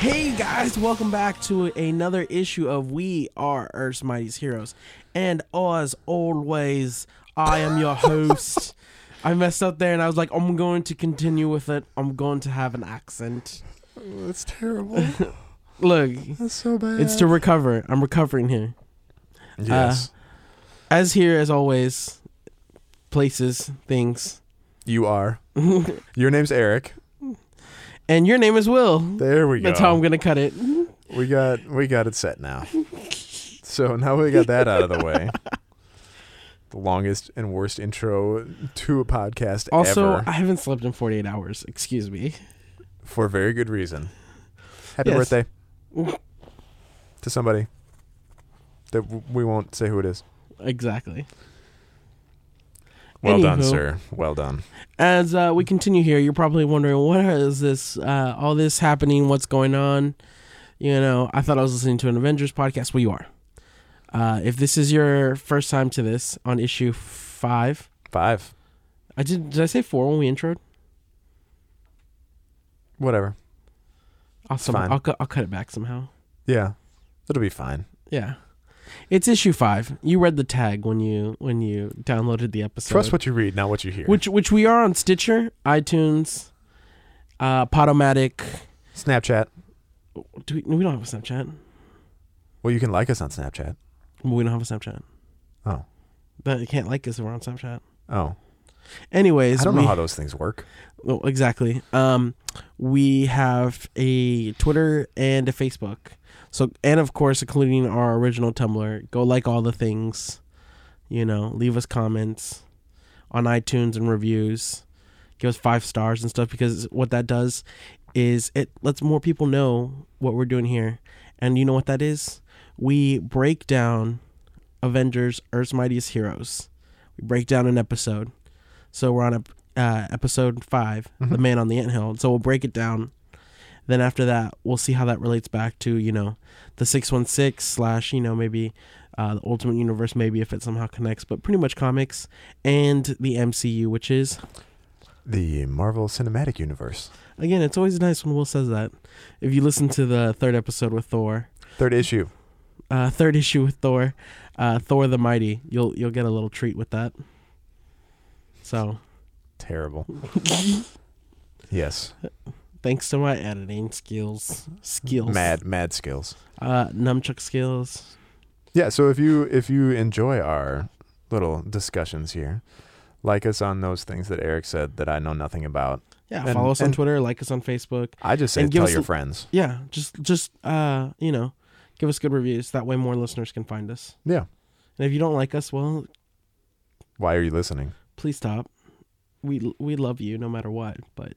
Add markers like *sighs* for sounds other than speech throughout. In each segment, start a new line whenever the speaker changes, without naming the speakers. guys, welcome back to another issue of We Are Earth's Mightiest Heroes. And as always, I am your host. I messed up there and I was like, I'm going to continue with it. I'm going to have an accent.
That's terrible.
Look,
That's so bad.
it's to recover. I'm recovering here. Uh.
yes.
As here, as always, places, things.
you
*laughs*
are. Your name's Eric.
And your name is Will.
There we go.
That's how I'm going to cut it.
we got we got it set now. so now we got that out of the
*laughs*
way. The longest and worst intro to a podcast
Also,
ever
I haven't slept in 48 hours. Excuse me.
for very good reason. Happy
Yes. *laughs*
birthday to somebody that w- we won't say who it is.
Exactly.
Well done,
Anywho.
sir. Well done.
As uh, we continue here, you're probably wondering what is this? Uh, all this happening? What's going on? You know, I thought I was listening to an Avengers podcast. Well, you are. Uh, if this is your first time to this on issue five,
Five.
I did. Did I say four when we introed?
Whatever.
I'll, somehow,
fine.
I'll, cu- I'll cut it back somehow.
Yeah. It'll be fine.
Yeah, it's issue five. You read the tag when you when you downloaded the episode.
Trust what you read, not what you hear.
which which we are on Stitcher, iTunes, uh, Podomatic.
Snapchat.
Do we, we don't have a Snapchat.
Well, you can like us on Snapchat.
We don't have a Snapchat.
Oh.
But you can't like us if we're on Snapchat.
Oh.
Anyways,
I don't
we,
know how those things work.
well, exactly. Um, we have a Twitter and a Facebook. So, and of course, including our original Tumblr. Go like all the things. You know, leave us comments on iTunes and reviews. Give us five stars and stuff because what that does is it lets more people know what we're doing here. And you know what that is? We break down Avengers Earth's Mightiest Heroes. We break down an episode. So we're on a, uh, episode 5 The Man on the Anthill. So we'll break it down. Then after that, we'll see how that relates back to you know the six one six slash you know maybe uh, the Ultimate Universe, maybe if it somehow connects, but pretty much comics and the MCU, which is
The Marvel Cinematic Universe.
again, it's always nice when Will says that. If you listen to the third episode with Thor,
Third issue.
uh, *laughs* third issue with Thor, uh, Thor the Mighty, you'll you'll get a little treat with that. So *laughs*
Terrible. yes.
thanks to my editing skills, skills,
Mad mad skills.
uh, nunchuck skills.
Yeah, so if you if you enjoy our little discussions here, like us on those things that Eric said that I know nothing about.
Yeah,
And-
follow us on
and-
Twitter, like us on Facebook.
I just say
And give
tell
us
your
a-
friends.
Yeah, just just uh, you know, give us good reviews. That way, more listeners can find us.
Yeah.
And if you don't like us, well,
Why are you listening?
please stop. We we love you no matter what, but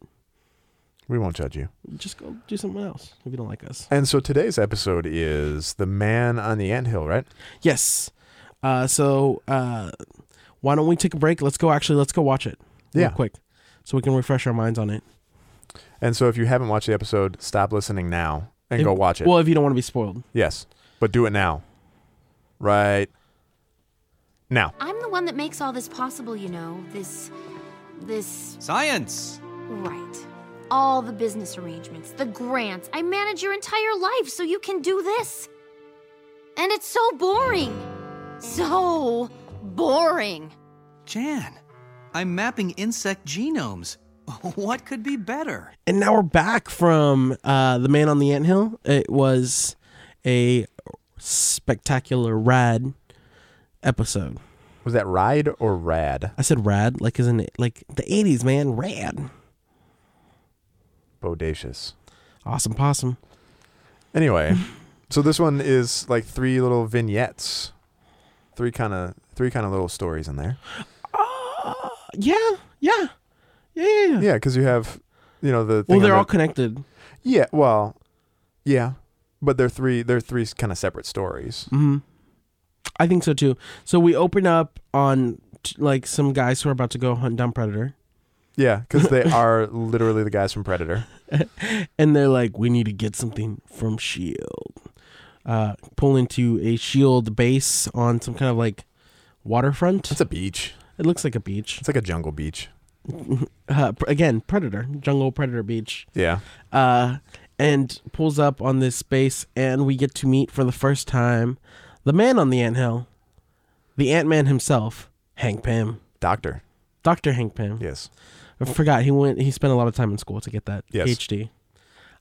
We won't judge you.
just go do something else if you don't like us.
And so today's episode is The Man on the Anthill, right?
Yes. Uh, so uh, why don't we take a break? Let's go. Actually, let's go watch it.
Yeah.
Real quick, so we can refresh our minds on it.
And so if you haven't watched the episode, stop listening now and
If-
go watch it.
Well, if you don't want to be spoiled.
Yes, but do it now. Right now.
I'm the one that makes all this possible, you know. This. this.
Science!
right. All the business arrangements, the grants. I manage your entire life so you can do this. And it's so boring. So boring.
Jan, I'm mapping insect genomes. *laughs* What could be better?
And now we're back from uh, the man on the anthill. It was a spectacular rad episode.
Was that ride or rad?
I said rad, like isn't it like the eighties, man? Rad.
Bodacious.
Awesome possum.
Anyway, so this one is like three little vignettes. Three kind of three kind of little stories in there.
Uh, Yeah, yeah. Yeah, yeah, yeah.
Yeah, cuz you have you know the thing
Well,
on
they're
the-
all connected.
Yeah, well, yeah. But they're three they're three kind of separate stories.
I think so too. So we open up on t- like some guys who are about to go hunt down Predator,
Yeah, cuz they are literally the guys from Predator.
and they're like, "We need to get something from Shield." E Uh, pull into a Shield E base on some kind of like waterfront.
It's a beach.
It looks like a beach.
It's like a jungle beach.
Uh, pr- again, Predator, Jungle Predator Beach.
Yeah.
Uh, and pulls up on this space, and we get to meet for the first time the man on the anthill, the Ant Man himself, Hank Pym,
Doctor.
Doctor Hank Pym.
Yes.
I forgot he went. He spent a lot of time in school to get that
Yes.
PhD.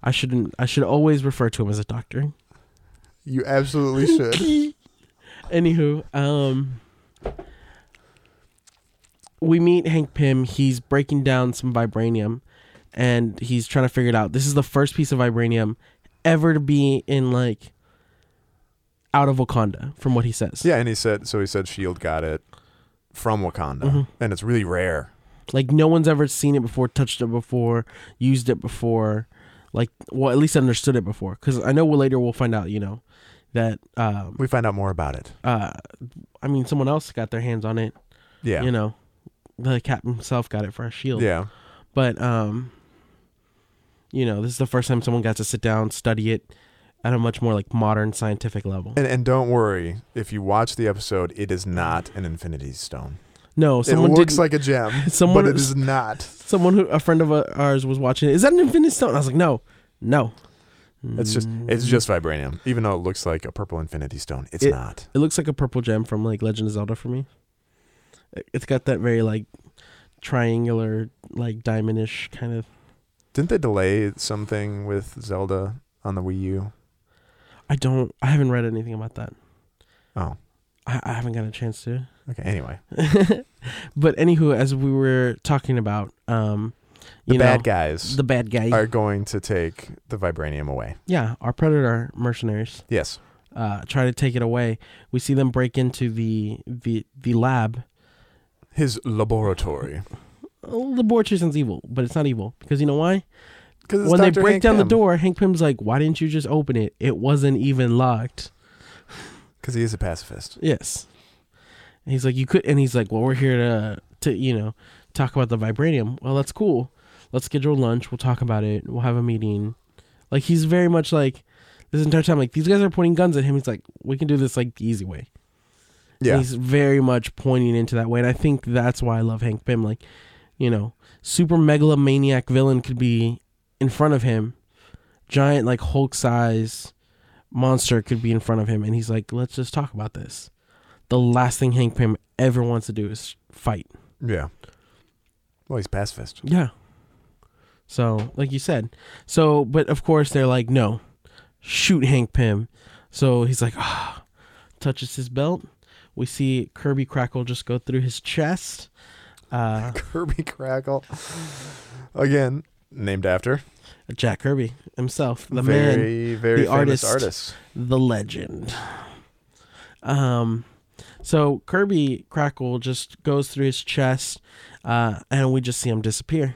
I shouldn't. I should always refer to him as a doctor.
You absolutely should.
Anywho, um, we meet Hank Pym. He's breaking down some vibranium, and he's trying to figure it out. This is the first piece of vibranium ever to be in like out of Wakanda, from what he says.
yeah, and he said so he said Shield E got it from Wakanda.
Mm-hmm.
And it's really rare.
Like no one's ever seen it before, touched it before, used it before, like well at least understood it before. Because I know later we'll find out, you know, that um,
We find out more about it.
uh, I mean someone else got their hands on it.
Yeah.
You know, the captain himself got it for a shield.
Yeah.
But um, you know, this is the first time someone got to sit down, study it at a much more like modern scientific level.
And and don't worry, if you watch the episode, it is not an Infinity Stone.
No, someone
it looks
did.
like
*laughs*
a gem,
Someone-
but it is not.
someone who a friend of uh, ours was watching. it. Is that an infinite stone? I was like, no, no.
It's just it's just vibranium. Even though it looks like a purple Infinity Stone, it's
Mm. It-
not.
It looks like a purple gem from like Legend of Zelda for me. It- It's got that very like triangular, like diamondish kind of.
Didn't they delay something with Zelda on the Wii U?
I don't. I haven't read anything about that.
Oh,
I, I haven't got a chance to.
okay. Anyway,
*laughs* But anywho, as we were talking about, um,
the
you know,
bad guys
the bad guy,
are going to take the vibranium away.
yeah, our predator mercenaries
Yes,
uh, try to take it away. We see them break into the the the lab.
his laboratory.
Laboratory sounds evil, but it's not evil because you know why?
Because
when they break down the door, Hank Pym's like, "Why didn't you just open it? It wasn't even locked."
because he is a pacifist.
Yes, and he's like, "You could," and he's like, "Well, we're here to to you know talk about the vibranium." Well, that's cool. Let's schedule lunch. We'll talk about it. We'll have a meeting. Like he's very much like this entire time. Like these guys are pointing guns at him. He's like, "We can do this like the easy way."
Yeah,
He's very much pointing into that way. And I think that's why I love Hank Pym. Like, you know, super megalomaniac villain could be in front of him. Giant, like Hulk size monster could be in front of him. And he's like, let's just talk about this. The last thing Hank Pym ever wants to do is fight.
yeah. Well, he's pacifist.
Yeah. So, like you said. So, but of course they're like, no, shoot Hank Pym. So he's like, ah, touches his belt. We see Kirby Crackle just go through his chest. Uh,
*laughs* Kirby Crackle, again named after
Jack Kirby himself, the man,
very very
the
famous
artist.
artist.
the legend. Um, so Kirby Crackle just goes through his chest, uh, and we just see him disappear.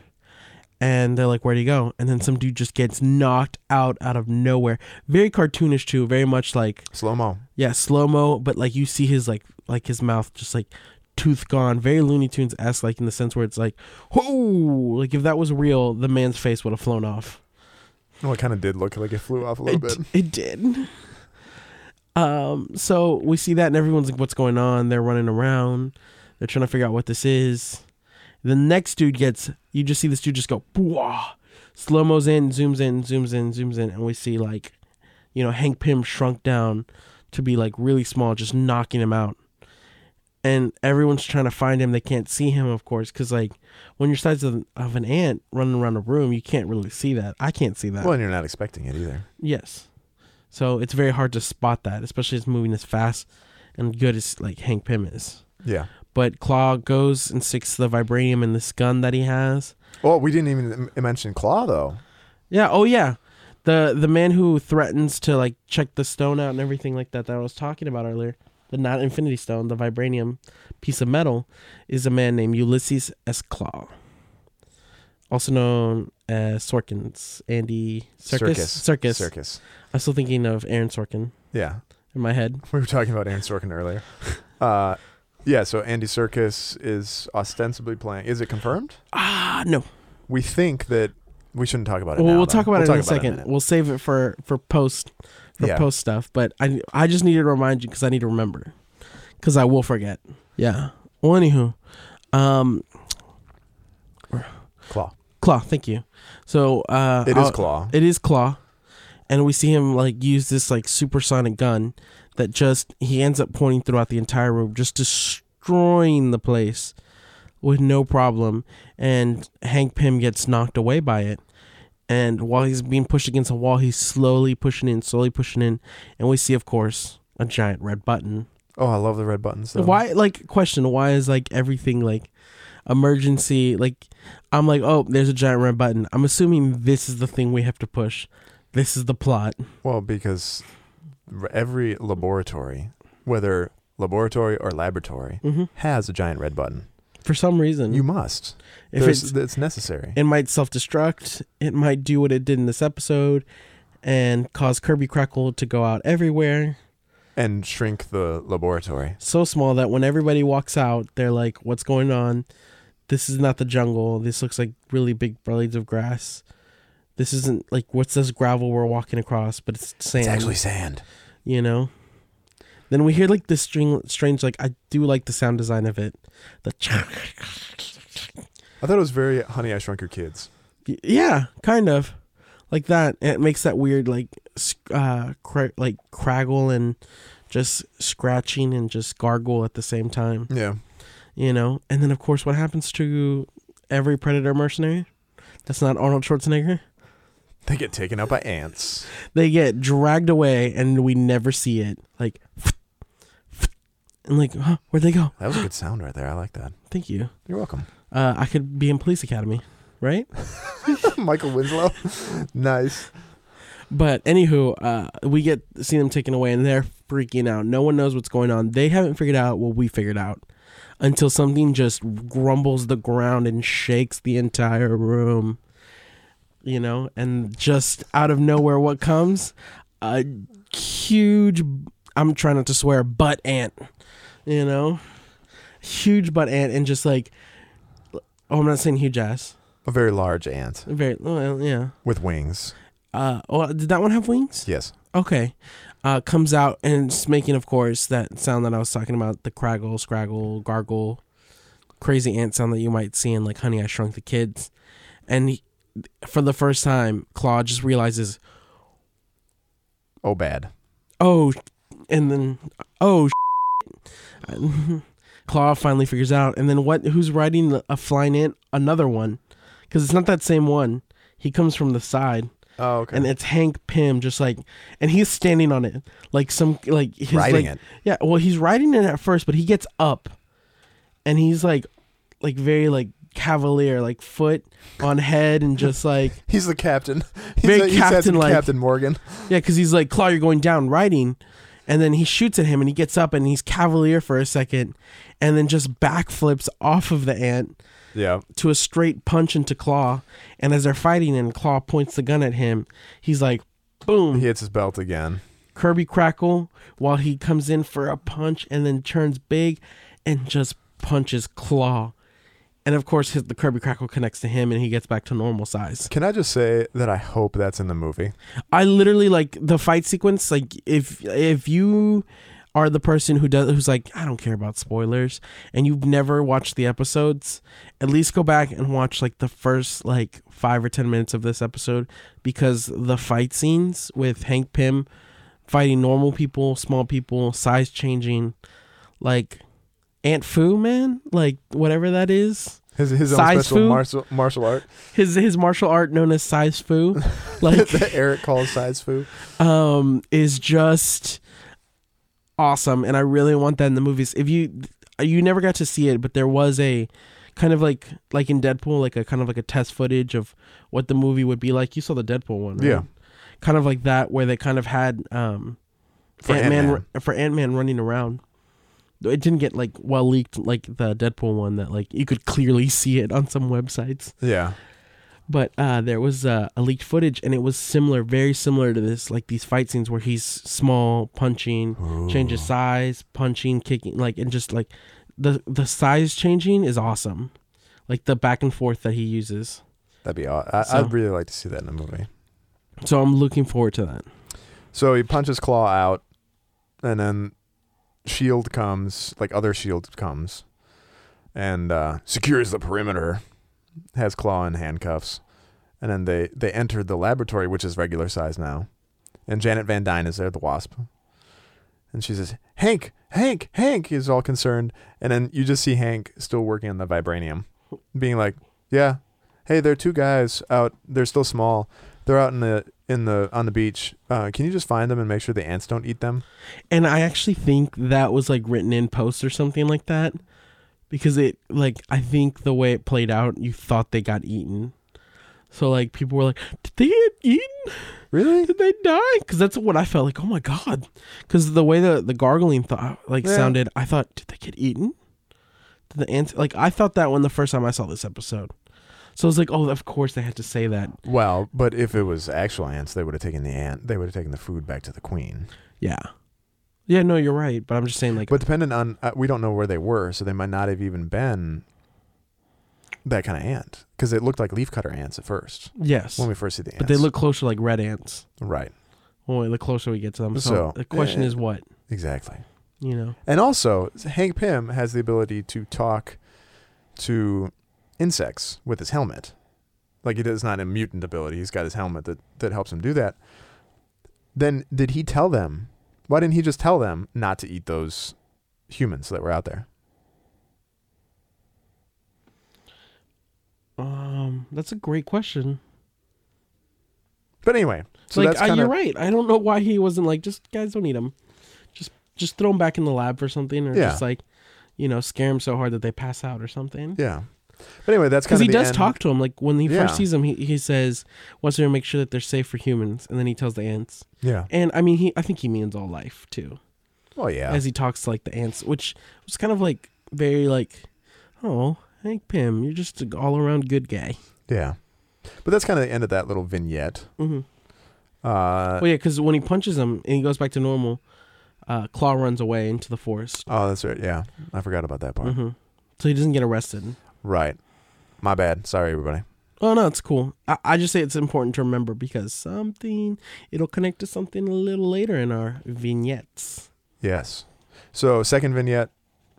And they're like, "Where'd he go?" And then some dude just gets knocked out out of nowhere. Very cartoonish too. Very much like
Slow mo.
yeah, slow mo, but like you see his like like his mouth just like tooth gone. Very Looney Tunes esque, like in the sense where it's like, "Whoa!" Like if that was real, the man's face would have flown off.
Well, it kind of did look like it flew off a little bit.
It, *laughs* it did. Um, so we see that, and everyone's like, "What's going on?" They're running around. They're trying to figure out what this is. The next dude gets. You just see this dude just go. Bwah! Slow mo's in, zooms in, zooms in, zooms in, and we see like, you know, Hank Pym shrunk down to be like really small, just knocking him out. And everyone's trying to find him. They can't see him, of course, because like when you're size of, of an ant running around a room, you can't really see that. I can't see that.
Well, and you're not expecting it either.
Yes. So it's very hard to spot that, especially it's moving as fast and good as like Hank Pym is.
Yeah.
But Claw goes and sticks the vibranium in this gun that he has.
Well, we didn't even m- mention Claw though.
Yeah, oh yeah. The the man who threatens to like check the stone out and everything like that that I was talking about earlier, the not infinity stone, the vibranium piece of metal, is a man named Ulysses S. Claw. Also known as Sorkin's Andy Circus.
Circus. Circus.
I'm still thinking of Aaron Sorkin
Yeah. *laughs*
in my head.
We were talking about Aaron Sorkin earlier. Uh, yeah, so Andy Circus is ostensibly playing. Is it confirmed?
Ah, no.
We think that we shouldn't talk about it.
Well,
now,
we'll
though.
talk about it in a second.
minute.
we'll save it for for post for
Yeah.
post stuff. But I I just needed to remind you because I need to remember because I will forget. Yeah. Well, anywho, um,
Claw.
Claw. Thank you. So uh,
It is
I'll-
Claw.
It is Claw. and we see him like use this like supersonic gun that just he ends up pointing throughout the entire room, just destroying the place with no problem. And Hank Pym gets knocked away by it. And while he's being pushed against a wall, he's slowly pushing in, slowly pushing in, and we see, of course, a giant red button.
Oh, I love the red buttons. Though.
Why, like, question? Why is like everything like emergency? Like, I'm like, oh, there's a giant red button. I'm assuming this is the thing we have to push. This is the plot.
Well, because r- every laboratory, whether laboratory or laboratory, has a giant red button.
For some reason,
You must.
If
There's-
it's-
Mm-hmm. it's, necessary.
it might self destruct. It might do what it did in this episode, and cause Kirby Crackle to go out everywhere.
and shrink the laboratory.
so small that when everybody walks out, they're like, "What's going on? This is not the jungle. This looks like really big blades of grass. This isn't like what's this gravel we're walking across, but it's sand.
It's actually sand.
you know." Then we hear like this string, strange. Like I do like the sound design of it. The
I thought it was very Honey, I Shrunk Your Kids.
yeah, kind of like that. And it makes that weird like sc- uh cra- like craggle and just scratching and just gargle at the same time.
Yeah.
you know. And then of course, what happens to every predator mercenary? That's not Arnold Schwarzenegger.
They get taken out by ants.
They get dragged away, and we never see it. Like, and like, huh, where'd they go?
That was a good sound right there. I like that.
Thank you.
You're welcome.
Uh, I could be in police academy, right?
*laughs* Michael Winslow. *laughs* nice.
But anywho, uh, we get see them taken away, and they're freaking out. No one knows what's going on. They haven't figured out what we figured out until something just grumbles the ground and shakes the entire room. You know, and just out of nowhere, what comes? A huge. I'm trying not to swear, butt ant. You know, huge butt ant, and just like. Oh, I'm not saying huge ass.
A very large ant
Very well, yeah.
with wings.
Uh, oh, did that one have wings?
Yes.
Okay. Uh, comes out and it's making, of course, that sound that I was talking about the craggle, scraggle, gargle, crazy ant sound that you might see in, like, Honey, I Shrunk the Kids. And he, for the first time, Claw just realizes,
Oh, bad.
oh, and then, oh, *laughs* Claw finally figures out. And then what? Who's riding a flying ant? Another one. Because it's not that same one. He comes from the side.
Oh, okay.
and it's Hank Pym just like and he's standing on it like some like his,
Riding
like-
it.
Yeah, well he's riding it at first, but he gets up and he's like like very like cavalier, like foot on head and just
*laughs*
like
he's the captain. *laughs* He's,
Very
he's had some
captain-like.
Captain Morgan.
yeah, because he's like, Claw, you're going down riding. And then he shoots at him and he gets up and he's cavalier for a second and then just backflips off of the ant
Yeah.
to a straight punch into Claw. And as they're fighting and Claw points the gun at him, he's like, boom.
He hits his belt again.
Kirby Crackle while he comes in for a punch and then turns big and just punches Claw. And of course, his, the Kirby Crackle connects to him and he gets back to normal size.
Can I just say that I hope that's in the movie?
I literally like the fight sequence. Like if if you are the person who does who's like I don't care about spoilers and you've never watched the episodes, at least go back and watch like the first like five or ten minutes of this episode because the fight scenes with Hank Pym fighting normal people, small people, size changing, like Aunt Fu man, like whatever that is.
His, his own
Size
special
food?
martial, martial art
His his martial art known as size Fu, like
*laughs* that Eric calls size food.
um, is just awesome, and I really want that in the movies. If you you never got to see it, but there was a kind of like like in Deadpool, like a kind of like a test footage of what the movie would be like. You saw the Deadpool one, right?
Yeah.
Kind of like that, where they kind of had um,
For
Ant-Man,
Ant-Man.
for Ant Man running around. It didn't get like well leaked like the Deadpool one that like you could clearly see it on some websites
Yeah.
but uh, there was uh, a leaked footage and it was similar very similar to this like these fight scenes where he's small punching changes size punching kicking like and just like the the size changing is awesome like the back and forth that he uses
That'd be awesome. I,
So-
I'd really like to see that in a movie.
so i'm looking forward to that
So he punches Claw out, and then Shield E comes, like other Shield E comes, and uh, secures the perimeter, has Claw in handcuffs, and then they they enter the laboratory, which is regular size now, And Janet Van Dyne is there, the wasp. And she says, Hank, Hank, Hank is all concerned. And then you just see Hank still working on the vibranium, being like, Yeah, hey, there are two guys out. They're still small. They're out in the in the on the beach. Uh, can you just find them and make sure the ants don't eat them?
And I actually think that was like written in post or something like that. Because it like I think the way it played out, you thought they got eaten. So like people were like, "Did they get eaten?
Really?
Did they die?" Because that's what I felt like. Oh my god! Because the way the the gargling thought like
Yeah.
sounded, I thought, "Did they get eaten?" Did the ants like I thought that when the first time I saw this episode. So I was like, "Oh, of course they had to say that."
Well, but if it was actual ants, they would have taken the ant. They would have taken the food back to the queen.
Yeah, yeah. No, you're right. But I'm just saying like,
But dependent on, uh, we don't know where they were, so they might not have even been that kind of ant because it looked like leafcutter ants at first
yes.
when we first see the ants.
But they look closer like red ants.
right,
Well, the closer we get to them. So,
So,
the question
eh.
is what,
exactly.
you know?
And also, Hank Pym has the ability to talk to insects with his helmet. Like he does not a mutant ability. He's got his helmet that, that helps him do that. Then did he tell them? Why didn't he just tell them not to eat those humans that were out there?
Um, that's a great question.
But anyway, so
like,
that's
uh,
kind
you're
of
right. I don't know why he wasn't like, just guys, don't eat them. Just, just throw them back in the lab for something, or
Yeah.
just like, you know, scare them so hard that they pass out or something.
yeah. But anyway, that's
Because
kind
he
of the
does
end.
talk to him. Like when he
Yeah.
first sees him, he, he says, "Wants to make sure that they're safe for humans," and then he tells the ants.
Yeah.
And I mean, he I think he means all life too.
Well, yeah.
as he talks to like the ants, which was kind of like very like, oh, Hank Pym, you're just an all around good guy.
yeah. But that's kind of the end of that little vignette.
Mhm.
Uh,
Well, Oh, yeah, because when he punches him and he goes back to normal, uh, Claw runs away into the forest,
oh, that's right. Yeah, I forgot about that
Mm-hmm.
part.
so he doesn't get arrested.
Right. My bad. Sorry, everybody.
Oh no, it's cool. I, I just say it's important to remember because something it'll connect to something a little later in our vignettes.
Yes. So second vignette,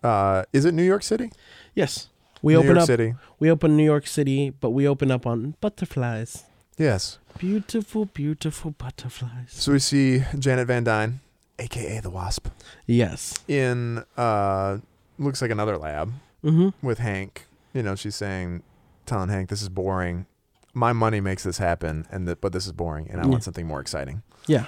uh, is it New York City?
Yes, we
New
open
York
up.
City.
We open New York City, but we open up on butterflies.
Yes.
Beautiful, beautiful butterflies.
So we see Janet Van Dyne, aka the Wasp,
Yes.
in uh, looks like another lab
Mm-hmm.
with Hank. You know, she's saying, telling Hank, "This is boring. My money makes this happen, and that, but this is boring, and I
Yeah.
want something more exciting."
Yeah.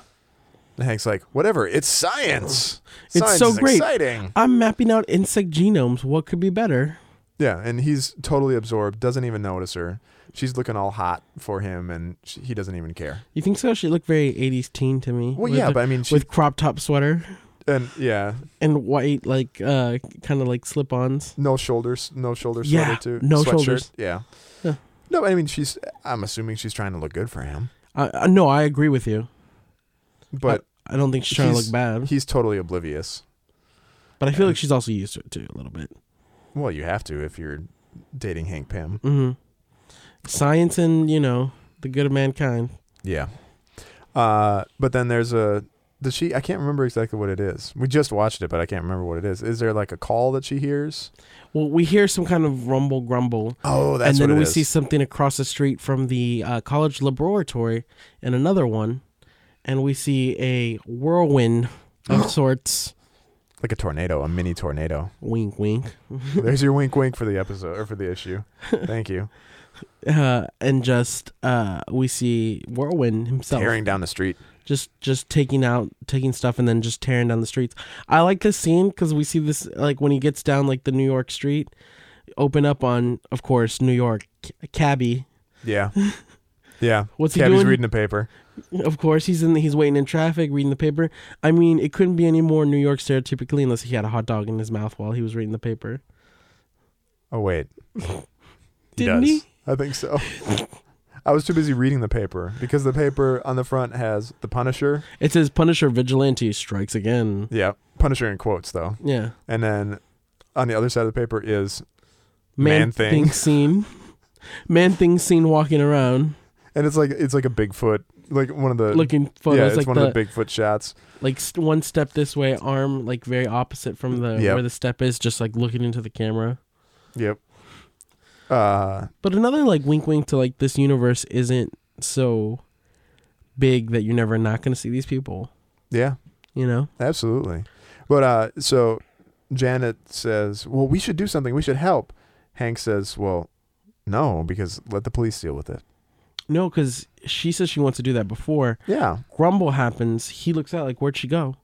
And Hank's like, "Whatever. It's science.
It's
science
so
is
great."
Exciting."
I'm mapping out insect genomes. What could be better?
Yeah, and he's totally absorbed, doesn't even notice her. She's looking all hot for him, and she, he doesn't even care.
You think so? She looked very 80s teen to me.
Well,
With
yeah,
the-
but I mean, she
with crop top sweater
and yeah,
and white, like, uh, kind of like slip ons.
no shoulders, no shoulder
Yeah,
sweater too.
no
sweatshirt,
shoulders.
Yeah.
Yeah.
No, I mean, she's. I'm assuming she's trying to look good for him,
Uh, uh, no, I agree with you.
but
I don't think she's trying to
he's-
look bad,
he's totally oblivious.
but I feel like she's also used to it too a little bit.
Well, you have to if you're dating Hank Pym.
hmm Science and, you know, the good of mankind.
Yeah. Uh, but then there's a. Does she? I can't remember exactly what it is. We just watched it, but I can't remember what it is. Is there like a call that she hears?
Well, we hear some kind of rumble grumble.
Oh, that's
and then
what it
we
is.
see something across the street from the uh, college laboratory and another one and we see a whirlwind
*gasps*
of sorts
like a tornado, a mini tornado.
wink wink
There's your wink, wink for the episode or for the issue. Thank *laughs* you.
uh, and just uh, we see whirlwind himself
Tearing down the street.
just just taking out taking stuff and then just tearing down the streets i like this scene because we see this like when he gets down like the new york street open up on of course new york C- cabby *laughs*
Yeah. Yeah.
What's he
Cabby's
doing?
reading a paper.
Of course, he's in. He's waiting in traffic, reading the paper. I mean, it couldn't be any more New York stereotypically, unless he had a hot dog in his mouth while he was reading the paper.
Oh wait.
Didn't he?
I think so. I was too busy reading the paper because the paper on the front has the Punisher.
It says Punisher vigilante strikes again.
Yeah, Punisher in quotes though.
Yeah,
And then on the other side of the paper is Man thing. *laughs*
seen. Man thing seen walking around
and it's like it's like a Bigfoot, like one of the
looking photos
yeah, it's
like
one
the
of the Bigfoot shots.
like st- one step this way, arm like very opposite from the
Yep.
where the step is, just like looking into the camera.
Yep. Uh
But another like wink wink to like this universe isn't so big that you're never not going to see these people.
Yeah,
You know,
absolutely. But uh, so Janet says, "Well, we should do something. We should help." Hank says, "Well, no, because let the police deal with it."
no, because she says she wants to do that before
Yeah,
grumble happens. He looks out like, "Where'd she go?"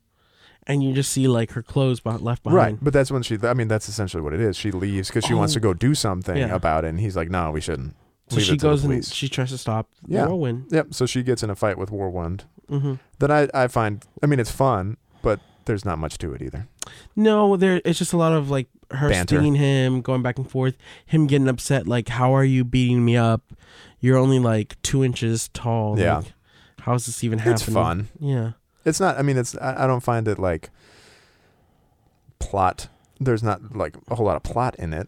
And you just see like her clothes beh- left behind.
right. But that's when she. I mean, that's essentially what it is. She leaves because she wants to go do something
Oh. Yeah.
about it, and he's like, "No, we shouldn't."
So
Leave it
she
to the
goes and
police."
she tries to stop
Yeah.
Whirlwind.
Yep. So she gets in a fight with Warwind.
hmm
Then I, I find, I mean, it's fun, but there's not much to it either.
No, there. It's just a lot of like her
Banter.
stinging him, going back and forth, him getting upset. Like, how are you beating me up? You're only like two inches tall.
Yeah.
Like, how is this even happening?
It's fun.
Yeah.
It's not. I mean, it's. I, I don't find it like plot. There's not like a whole lot of plot in it.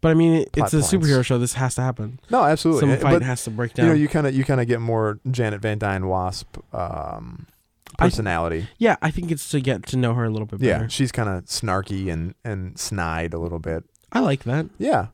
But I mean, it, it's
Plot
a
points.
superhero show. This has to happen.
No, absolutely.
Some
Eh,
fight
but
has to break down.
you know, you kind of you kind of get more Janet Van Dyne Wasp um,
I-
personality.
yeah, I think it's to get to know her a little bit
yeah,
better.
she's kind of snarky and and snide a little bit.
I like that.
Yeah,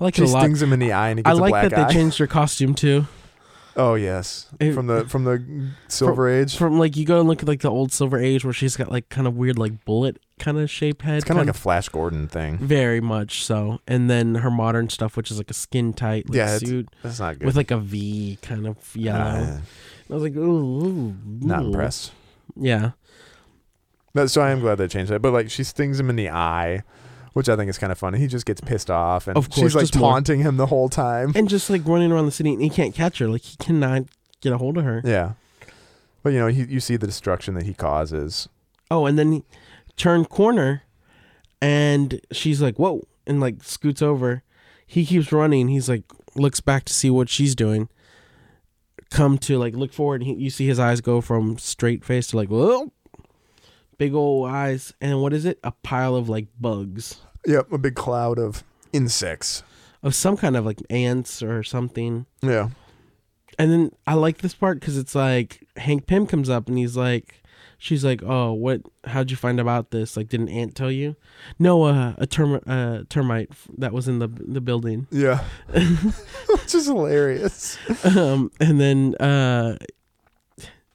I like
she
it a lot.
stings him in the eye and he
I
gets
like
a black
that they
eye.
changed her costume too.
*laughs* oh yes,
It-
from the
*laughs*
from the Silver Age.
From like you go and look at like the old Silver Age where she's got like kind of weird like bullet kind of shaped head.
it's kind of
kinda-
like a Flash Gordon thing.
Very much so. And then her modern stuff, which is like a skin tight like,
Yeah, it's
suit
That's not good.
with like a V kind of yellow.
Uh,
I was like, ooh, ooh,
not
ooh.
impressed.
Yeah.
No, so I am glad they changed that. But like, she stings him in the eye, which I think is kind of funny. He just gets pissed off, and
Of course,
she's like
just more-
taunting him the whole time.
And just like running around the city and he can't catch her. Like he cannot get a hold of her.
yeah, but you know, he, you see the destruction that he causes.
Oh, and then he turned corner and she's like, whoa, and like scoots over. He keeps running. He's like, looks back to see what she's doing. Come to like look forward. And he, you see his eyes go from straight face to like, whoa, big old eyes. And what is it? A pile of like bugs
Yep, a big cloud of insects.
of some kind of like ants or something.
Yeah,
And then I like this part because it's like Hank Pym comes up and he's like, she's like, oh, what? How'd you find about this? Like, did an ant tell you? No, uh, a term, uh, termite f- that was in the the building. *laughs*
*laughs* yeah, which is hilarious.
Um, and then uh,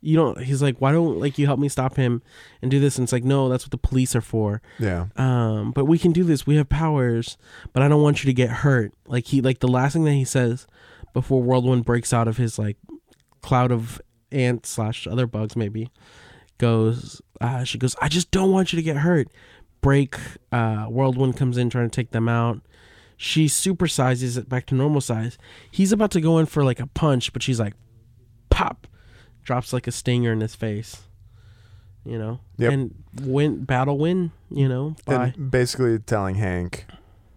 you don't. He's like, why don't like you help me stop him and do this? And it's like, no, that's what the police are for.
Yeah,
Um, but we can do this. We have powers, but I don't want you to get hurt. Like he, like the last thing that he says before World One breaks out of his like cloud of ants slash other bugs, maybe goes. Uh, she goes. I just don't want you to get hurt. Break. Uh, World One comes in trying to take them out. She supersizes it back to normal size. He's about to go in for like a punch, but she's like, pop, drops like a stinger in his face. You know,
Yep.
and win battle win. You know, by
and basically telling Hank,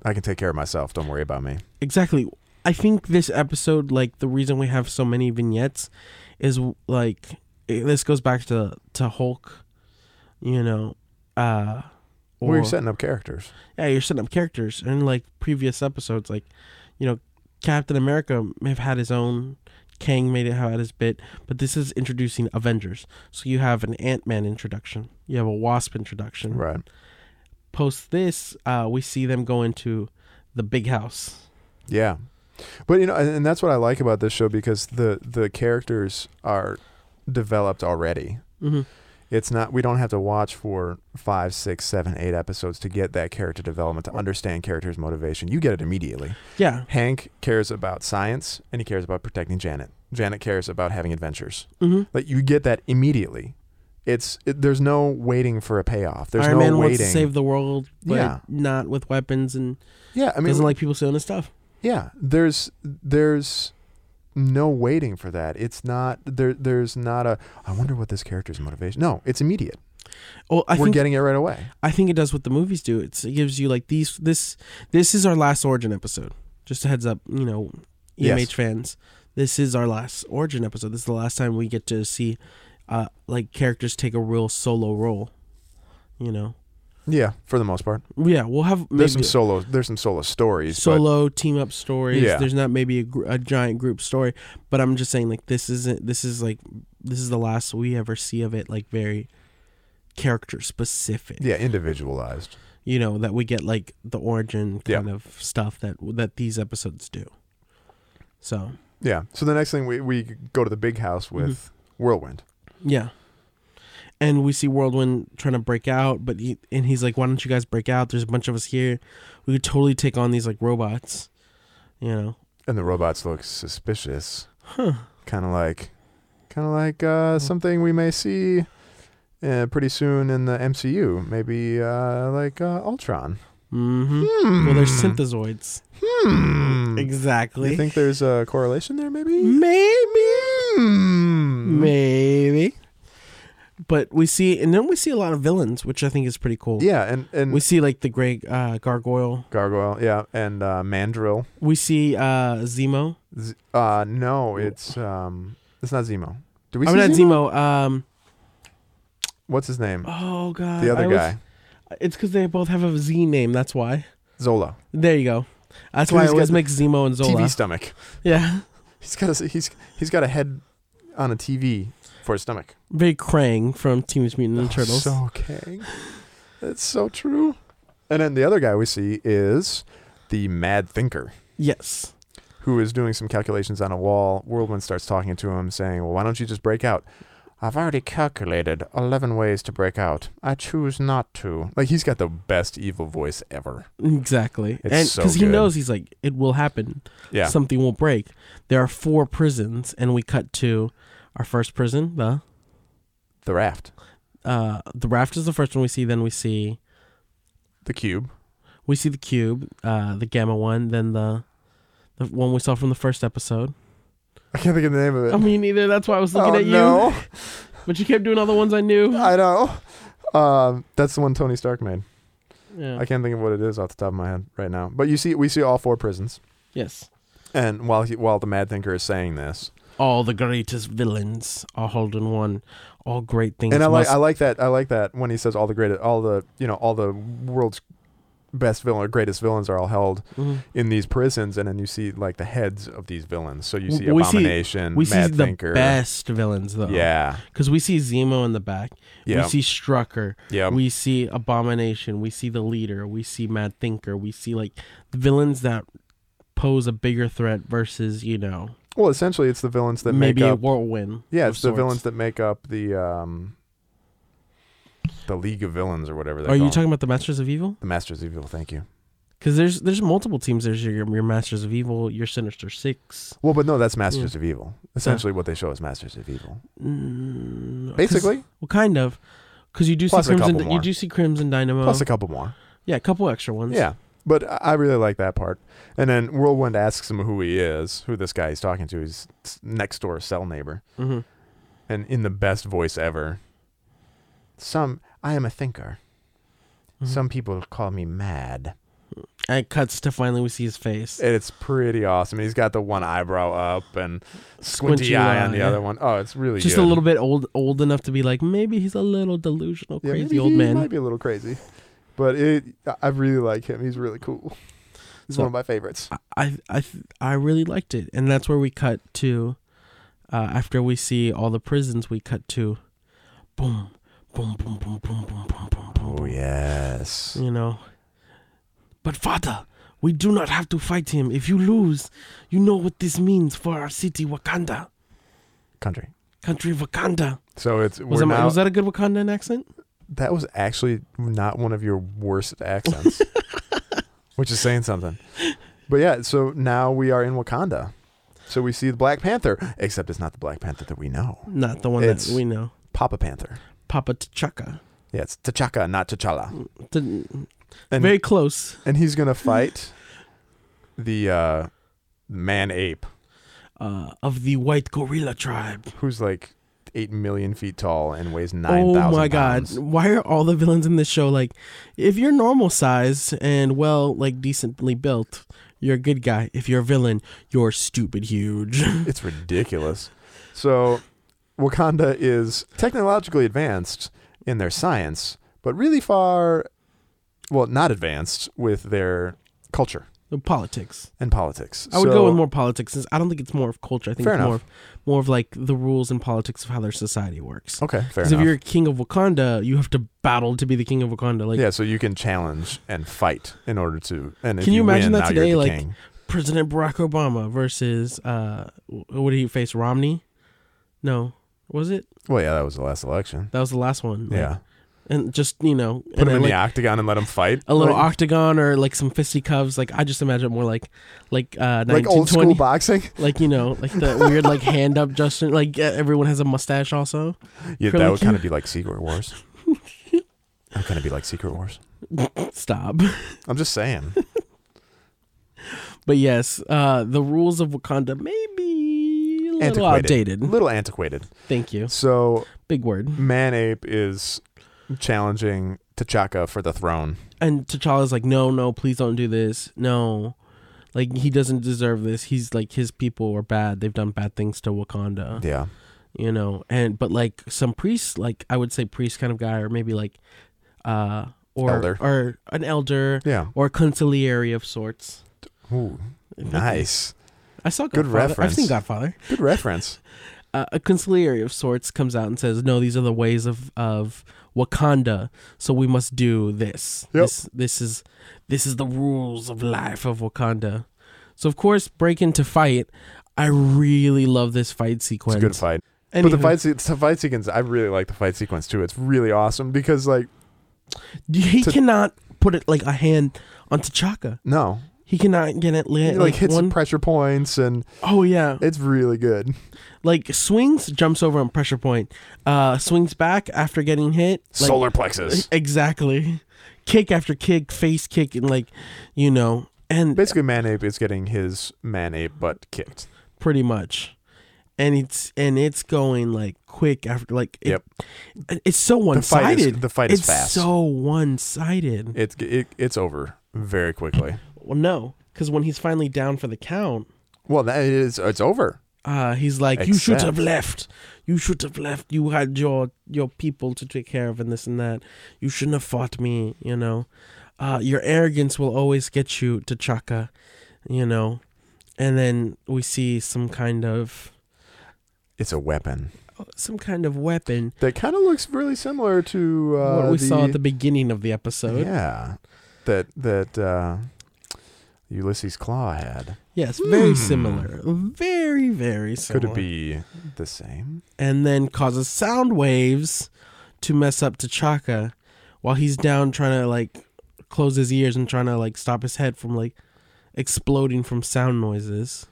"I can take care of myself. Don't worry about me."
exactly i think this episode like the reason we have so many vignettes is like it, this goes back to to hulk you know uh or,
We're setting up characters.
yeah you're setting up characters and like previous episodes like you know captain america may have had his own kang made it have had his bit but this is introducing avengers so you have an ant-man introduction you have a wasp introduction
Right.
post this uh we see them go into the big house
Yeah. But you know, and, and that's what I like about this show because the the characters are developed already.
mm-hmm.
It's not we don't have to watch for five, six, seven, eight episodes to get that character development to understand characters' motivation. You get it immediately.
yeah
Hank cares about science and he cares about protecting Janet. Janet cares about having adventures.
mm-hmm.
Like you get that immediately. It's it, there's no waiting for a payoff. There's
Iron
no
Man
waiting.
wants to save the world, but
Yeah.
not with weapons and
yeah, I mean,
doesn't like people stealing his stuff.
Yeah, there's there's no waiting for that. It's not there. There's not a. I wonder what this character's motivation. No, it's immediate.
Well, Oh, I
We're
think
getting it right away.
I think it does what the movies do. It's, it gives you like these. This this is our last origin episode. Just a heads up, you know, EMH
Yes.
fans. This is our last origin episode. This is the last time we get to see, uh, like characters take a real solo role. You know,
Yeah, for the most part.
yeah, we'll have maybe
There's some solo. There's some solo stories. Solo.
solo team up stories.
Yeah.
There's not maybe a, gr- a giant group story, but I'm just saying like this isn't this is like this is the last we ever see of it like very character specific.
yeah, individualized.
You know that we get like the origin
Yeah.
kind of stuff that that these episodes do. So
Yeah. So the next thing we we go to the big house with
Mm-hmm.
Whirlwind.
Yeah. And we see Whirlwind trying to break out, but he and he's like, "Why don't you guys break out? There's a bunch of us here. We could totally take on these like robots, you know."
And the robots look suspicious. Kind of like, kind of like uh,
Mm-hmm.
something we may see uh, pretty soon in the MCU. Maybe uh, like uh, Ultron.
Mm-hmm. Well, they're synthesoids.
Hmm.
Exactly.
You think there's a correlation there? Maybe.
Maybe.
Hmm.
Maybe. But we see, and then we see a lot of villains, which I think is pretty cool.
Yeah, and and
We see like the great uh, gargoyle.
gargoyle. Yeah, and uh, Mandrill.
We see uh, Zemo.
Z- uh, no, it's um, it's not Zemo. Do we?
I
see
mean, not Zemo. Um,
What's his name?
oh god,
the
I
other
always-
guy,
It's because they both have a Z name. That's why.
Zola.
There you go. That's why I
He's got
always
the
make Zemo and Zola.
TV stomach.
yeah, *laughs*
He's got a, he's he's got a head on a TV for his stomach.
very Krang from Teenage Mutant Ninja Turtles.
Oh, So okay, that's so true. And then the other guy we see is the mad thinker
Yes.
who is doing some calculations on a wall. Whirlwind starts talking to him, saying, "Well, why don't you just break out?" I've already calculated eleven ways to break out. I choose not to. Like he's got the best evil voice ever.
Exactly.
It's
and
so
because he
good.
knows he's like, it will happen.
Yeah.
Something will break. There are four prisons, and we cut to our first prison. The
the raft,
uh, the raft is the first one we see. Then we see
the cube,
we see the cube, uh, the gamma one. Then the the one we saw from the first episode.
I can't think of the name of it.
I mean, either that's why I was looking
oh
at you,
no,
but you kept doing all the ones I knew.
I know. Um, that's the one Tony Stark made.
yeah.
I can't think of what it is off the top of my head right now. But you see, we see all four prisons.
yes.
And while he, while the Mad Thinker is saying this,
All the greatest villains are holding one. All great things.
and I like
must-
I like that I like that when he says all the great all the you know all the world's best villain or greatest villains are all held
Mhm.
in these prisons, and then you see like the heads of these villains. So you see
W- we see-
Abomination,
we see
Mad
the
Thinker,
best villains though.
yeah,
Because we see Zemo in the back.
Yeah.
We see Strucker.
yeah,
We see Abomination. We see the leader. We see Mad Thinker. We see like the villains that pose a bigger threat versus you know
Well, essentially, it's the villains that
maybe
make
a
up.
whirlwind.
Yeah,
of
it's the
sorts.
villains that make up the um, the League of Villains or whatever. They
Are
call
you
'em.
talking about the Masters of Evil?
the Masters of Evil? Thank you.
Because there's there's multiple teams. There's your your Masters of Evil, your Sinister Six.
Well, but no, that's Masters of Evil. Essentially, what they show is Masters of Evil.
Mm, 'cause-
Basically,
well, kind of. Because you do
Plus a
see
couple
Crimson, you
more.
do see Crimson Dynamo.
plus a couple more.
yeah, a couple extra ones.
Yeah, but I I really like that part. And then Whirlwind asks him who he is, who this guy he's talking to. He's s- next door cell neighbor,
hmm
and in the best voice ever. Some I am a thinker.
Mm-hmm.
Some people call me mad.
And it cuts to finally we see his face.
And It's pretty awesome. He's got the one eyebrow up and squinty,
Squinty
eye
eye,
on the
yeah.
other one. Oh, it's really
just
good.
a little bit old old enough to be like maybe he's a little delusional
Yeah,
crazy
maybe
old
he
man
Might be a little crazy, but it. I- I really like him. He's really cool. He's
So-
one of my favorites.
I, I th- i really liked it and that's where we cut to uh, after we see all the prisons we cut to boom boom boom boom boom boom boom boom boom
Oh yes.
you know but father we do not have to fight him if you lose you know what this means for our city wakanda
Country.
country wakanda
So it's
was,
we're
that, my-
now,
was that a good wakandan accent
That was actually not one of your worst accents,
*laughs*
which is saying something. But yeah, so now we are in Wakanda. So we see the Black Panther, except it's not the Black Panther that we know.
not the one
It's-
that we know
Papa Panther.
papa t'chaka
Yeah, it's T'Chaka, not T'Challa.
The-
And,
very close
and he's going to fight the uh, man ape,
uh, of the white gorilla tribe.
who's like 8 million feet tall and weighs 9,000
Oh my god.
pounds.
Why are all the villains in this show like if you're normal size and well like decently built, you're a good guy. If you're a villain, you're stupid huge. *laughs*
It's ridiculous. So, Wakanda is technologically advanced in their science, but really far, well, not advanced with their culture
Politics.
and politics.
I would
So-
go with more politics since I don't think it's more of culture. I think
Fair
it's more
enough.
of, more of like the rules and politics of how their society works.
Okay, fair
Because
enough.
if you're king of Wakanda, you have to battle to be the king of Wakanda. Like
yeah, so you can challenge and fight in order to. And if
Can you imagine
win,
that
now
today,
You're the
like-
king.
President Barack Obama versus uh, wh- what do you face Romney? No, Was it?
Well, yeah, that was the last election.
That was the last one. right?
Yeah.
And just, you know,
Put
and
him
then,
in
like,
the octagon and let him fight.
a little
like,
octagon or like some fisticuffs. Like I just imagine more like like uh
like old school
1920
boxing.
like you know, like the weird like hand up Justin. Like uh, everyone has a mustache also.
Yeah,
Curly
that would
Q.
kind of be like Secret Wars.
*laughs*
that would kind of be like Secret Wars.
Stop. *laughs*
I'm just saying.
But yes, uh the rules of Wakanda may be a little
Antiquated.
outdated.
A little antiquated.
Thank you.
So
Big word.
Manape is challenging T'Chaka for the throne.
And T'Challa's like, no, no, please don't do this. No. Like he doesn't deserve this. He's like his people are bad. They've done bad things to Wakanda.
Yeah.
you know and but like some priest like i would say priest kind of guy or maybe like uh or
Elder.
or an elder
Yeah.
or a conciliary of sorts *laughs*
Ooh, nice.
i saw
Good
godfather i've
reference.
seen godfather
Good reference.
uh, a conciliary of sorts comes out and says no these are the ways of of wakanda so we must do this
Yep.
this this is this is the rules of life of wakanda so of course break into fight i really love this fight sequence
It's a good fight.
Anywho,
But the fight, se- the fight sequence, I really like the fight sequence too. It's really awesome because, like,
he
to-
cannot put it like a hand on T'Chaka.
no,
He cannot get it
he
land,
like,
like,
hits
one.
pressure points and
oh yeah,
it's really good.
like swings, jumps over on pressure point, uh, swings back after getting hit. Like,
Solar plexus.
*laughs* exactly, kick after kick, face kick, and like you know, and
Basically, Manape is getting his Manape butt kicked.
pretty much, and it's and it's going like quick after like it,
Yep.
It's so one
fight is-
sided.
the fight is
it's
fast.
So one sided.
It's it, it's over very quickly.
Well, no, because when he's finally down for the count,
Well, that is it's over.
Uh, he's like, you should
Except-
have left. You should have left. You had your your people to take care of and this and that. You shouldn't have fought me. You know, uh, your arrogance will always get you to Chaka. You know, and then we see some kind of
It's a weapon
some kind of weapon.
that kind of looks really similar to uh,
what we
the,
saw at the beginning of the episode.
yeah that that uh, Ulysses Claw had.
Yes, very similar. Very very similar.
Hmm. Could it be the same?
and then causes sound waves to mess up T'Chaka while he's down trying to like close his ears and trying to like stop his head from like exploding from sound noises.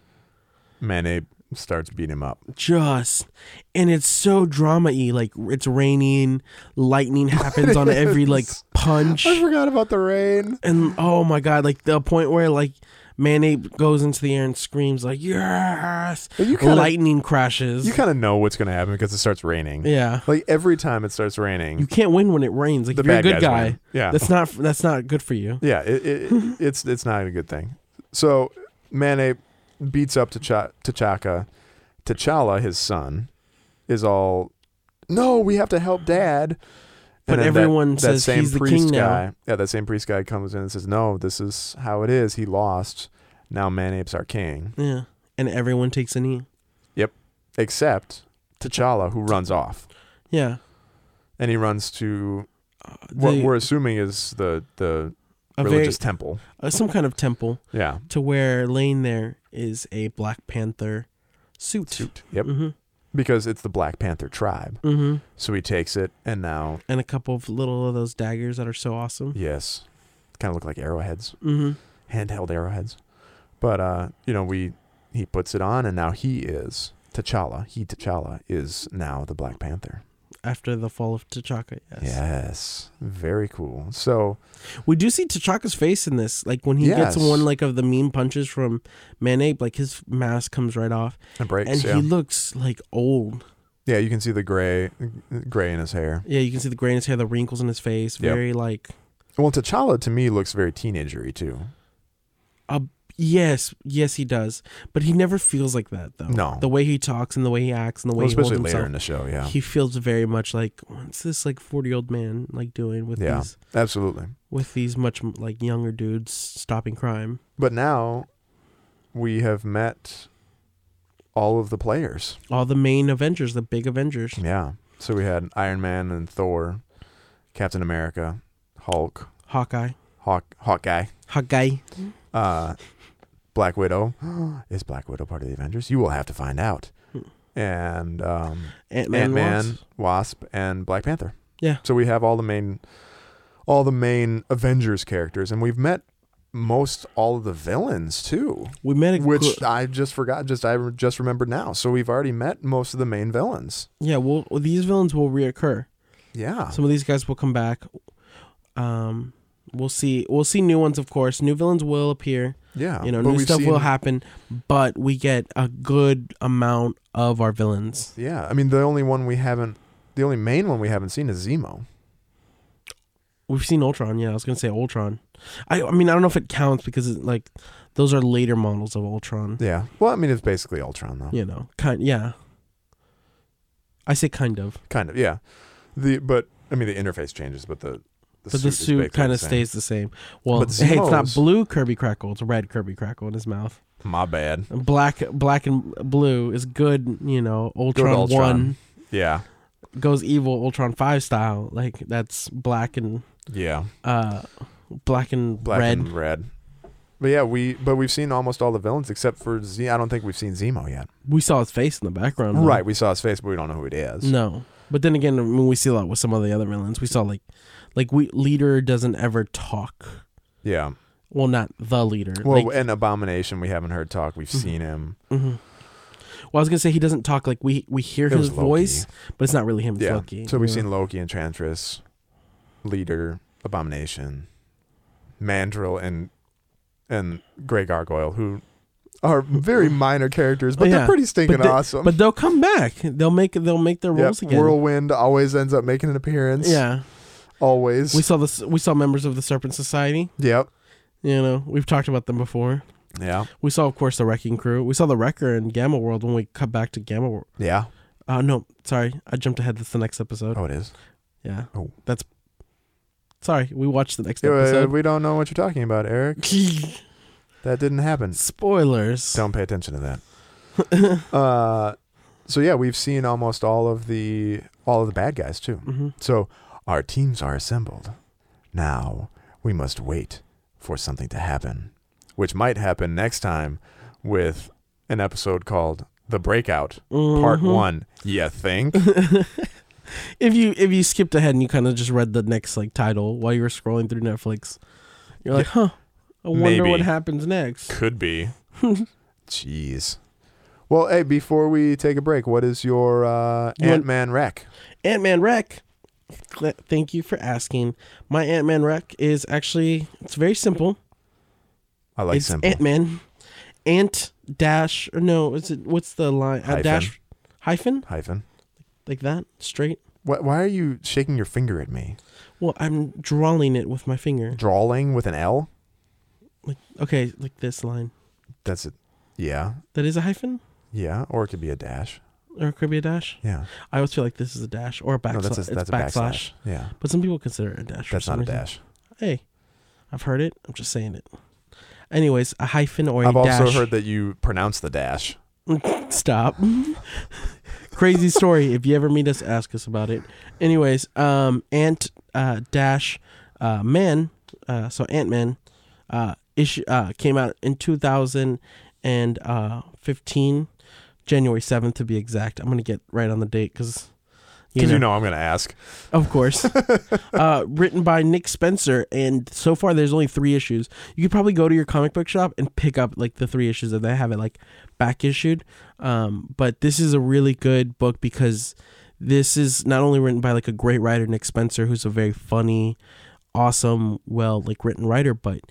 Manape starts beating him up.
Just and it's so drama y. Like it's raining,
*laughs*
lightning happens on every like punch.
I forgot about the rain.
And oh my god, like the point where like Manape goes into the air and screams like yes,
But you kinda-
lightning crashes. *laughs*
You kind of know what's going to happen because it starts raining.
yeah,
Like every time it starts raining,
you can't win when it rains. Like
The
if you're a
bad
good
guys
guy,
win. Yeah.
that's not that's not good for you.
Yeah, it, it,
*laughs*
it's it's not a good thing. So Manape beats up T'Cha- T'Chaka. T'Challa, his son, is all, no, we have to help dad.
But
then
everyone says he's the king now.
guy, Yeah, that same priest guy comes in and says, no, this is how it is. He lost. Now Manape's our king.
Yeah, and everyone takes a knee.
Yep. Except T'Challa, who runs off.
Yeah,
And he runs to what
They-
we're assuming is the, the
a very-
religious temple.
uh, some kind of temple
Yeah.
to where laying there is a Black Panther suit.
Suit. Yep.
hmm
Because it's the Black Panther tribe.
hmm
So he takes it, and now
And a couple of little of those daggers that are so awesome.
yes, kind of look like arrowheads,
hmm
handheld arrowheads. But uh, you know, we he puts it on, and now he is T'Challa. He T'Challa is now the Black Panther.
After the fall of T'Chaka, yes.
Yes, very cool. So
We do see T'Chaka's face in this, like when he gets
Yes.
one like of the mean punches from Manape, like his mask comes right off,
it breaks.
and
yeah.
he looks like old.
yeah, you can see the gray, gray in his hair.
Yeah, you can see the gray in his hair, the wrinkles in his face,
Yep.
very like
Well, T'Challa to me looks very teenagery too.
Uh, yes, yes, he does. But he never feels like that, though.
No.
the way he talks and the way he acts and the way
Well,
he holds
especially later
himself,
in the show. Yeah,
he feels very much like what's this like forty year old man like doing with
yeah,
these
absolutely.
with these much like younger dudes stopping crime.
But now we have met all of the players.
All the main Avengers, the big Avengers,
Yeah. So we had Iron Man and Thor, Captain America, Hulk,
Hawkeye,
Hawk, Hawkeye,
Hawkeye.
*gasps* uh, Black Widow. Is Black Widow part of the Avengers? You will have to find out.
Hmm.
and um,
Ant Man.
Ant Man, Wasp, and Black Panther.
Yeah.
So we have all the main, all the main Avengers characters, and we've met most all of the villains too,
We met a
which
gr-
I just forgot. Just I just remembered now. So we've already met most of the main villains.
yeah. Well, these villains will reoccur.
Yeah.
Some of these guys will come back. Um, we'll see. We'll see new ones, of course. New villains will appear.
yeah.
you know,
But
new
we've
stuff will
seen-
happen, but we get a good amount of our villains.
Yeah. I mean, the only one we haven't, the only main one we haven't seen is Zemo.
We've seen Ultron. Yeah, I was gonna say Ultron. I, I mean, I don't know if it counts because it, like those are later models of Ultron.
Yeah. Well, I mean, it's basically Ultron though.
You know, kind yeah. I say kind of,
Kind of. Yeah. The but I mean the interface changes, but the the
but the suit kind of stays the same. Well,
But
hey, it's not
Zemo's-
blue Kirby crackle; it's red Kirby crackle in his mouth.
My bad.
Black, black and blue is good. You know, Ultron,
Ultron.
one
Yeah.
goes evil Ultron five style. Like that's black and
Yeah.
uh, black and
Black
red.
and red. But yeah, we but we've seen almost all the villains except for Z. I don't think we've seen Zemo yet.
we saw his face in the background. though.
Right. We saw his face, but we don't know who it is.
No, but then again, when we see a lot with some of the other villains, we saw like, like we leader doesn't ever talk.
Yeah.
Well, not the leader.
Well,
like, Mm-hmm.
and Abomination, we haven't heard talk. We've seen him.
well, I was gonna say he doesn't talk. Like we we hear
It
his
was Loki.
voice, but it's not really him. It's
Yeah.
Loki.
So we've
Yeah.
seen Loki, Enchantress, Leader, Abomination, Mandrill, and and Grey Gargoyle, who are very minor characters, but
yeah.
they're pretty stinking
but they-
awesome.
But they'll come back. They'll make they'll make their
Yeah,
roles again.
Whirlwind always ends up making an appearance.
yeah,
Always.
we saw this. We saw members of the Serpent Society.
yep.
You know, we've talked about them before.
Yeah.
We saw, of course, the Wrecking Crew. We saw the Wrecker in Gamma World when we cut back to Gamma World.
Yeah.
Uh, no, sorry, I jumped ahead. That's the next episode.
Oh, it is.
Yeah.
Oh.
That's sorry, we watched the next
Yeah, uh,
episode.
we don't know what you're talking about, Eric. That didn't
*laughs*
happen.
Spoilers.
Don't pay attention to that. *laughs* uh, so yeah, we've seen almost all of the all of the bad guys too.
Mm-hmm.
So our teams are assembled. Now we must wait for something to happen, which might happen next time with an episode called "The Breakout,"
Mm-hmm.
Part One.
*laughs*
You think?
If you if you skipped ahead and you kind of just read the next like title while you were scrolling through Netflix, you're like, huh. I wonder
Maybe.
what happens next. *laughs*
Could be. Jeez. Well, hey, before we take a break, what is your uh,
want-
Ant Man rec?
Ant Man Rec. Cl- Thank you for asking. My Ant Man Rec is actually it's very simple.
I like
it's
simple.
Ant Man. Ant dash or no, is it what's the line? Uh,
Hyphen.
dash hyphen
Hyphen.
like that straight.
Why, why are you shaking your finger at me?
Well, I'm drawing it with my finger.
Drawing with an L?
Like okay, like this line.
That's it. Yeah.
That is a hyphen
Yeah. Or it could be a dash.
or it could be a dash.
Yeah.
I always feel like this is a dash or a backslash.
No, that's a,
it's
that's a
backslash.
backslash. Yeah.
But some people consider it a dash. for
That's
some
not a
reason.
dash.
Hey, I've heard it. I'm just saying it. Anyways, a hyphen or a
I've
dash.
also heard that you pronounce the dash.
Stop. Crazy story. If you ever meet us, ask us about it. Anyways, um, Ant uh, Dash uh, Man, uh, so Ant Man, uh, issue uh, came out in 2015, uh, January 7th to be exact. I'm gonna get right on the date because
Because you know I'm going to ask.
of course. uh, written by Nick Spencer, and so far there's only three issues. You could probably go to your comic book shop and pick up like the three issues that they have it like back issued. Um, but this is a really good book because this is not only written by like a great writer, Nick Spencer, who's a very funny, awesome, well like written writer, but